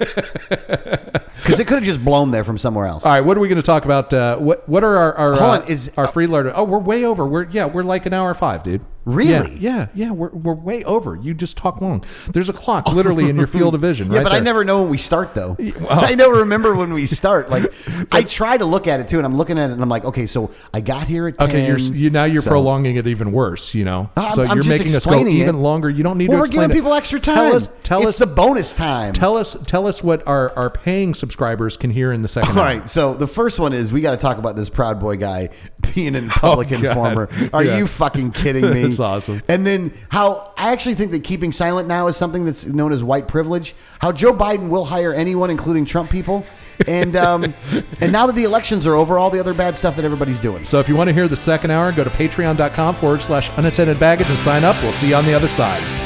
Because it could have just blown there from somewhere else. All right, what are we going to talk about? Uh, what What are our our, Hold uh, on, is- our free learner? Oh, we're way over. We're yeah, we're like an hour five, dude. Really? Yeah, yeah, yeah we're, we're way over. You just talk long. There's a clock literally in your field of vision. Yeah, right but I there. never know when we start though. I never remember when we start. Like I try to look at it too, and I'm looking at it, and I'm like, okay, so I got here at 10, Okay, you're you now you're so- prolonging it even worse. You know, I'm- so I'm you're just making us go explaining it. even longer. You don't need Well, to we're explain giving it. people extra time. Tell us, tell it's us the bonus time. Tell us, tell us what our, our paying subscribers can hear in the second. All hour. right, so the first one is we got to talk about this Proud Boy guy being in Public Oh, God. Informer. Are Yeah. you fucking kidding me? That's awesome. And then how I actually think that keeping silent now is something that's known as white privilege. How Joe Biden will hire anyone, including Trump people, and um, and now that the elections are over, all the other bad stuff that everybody's doing. So if you want to hear the second hour, go to patreon.com forward slash unattended baggage and sign up. We'll see you on the other side.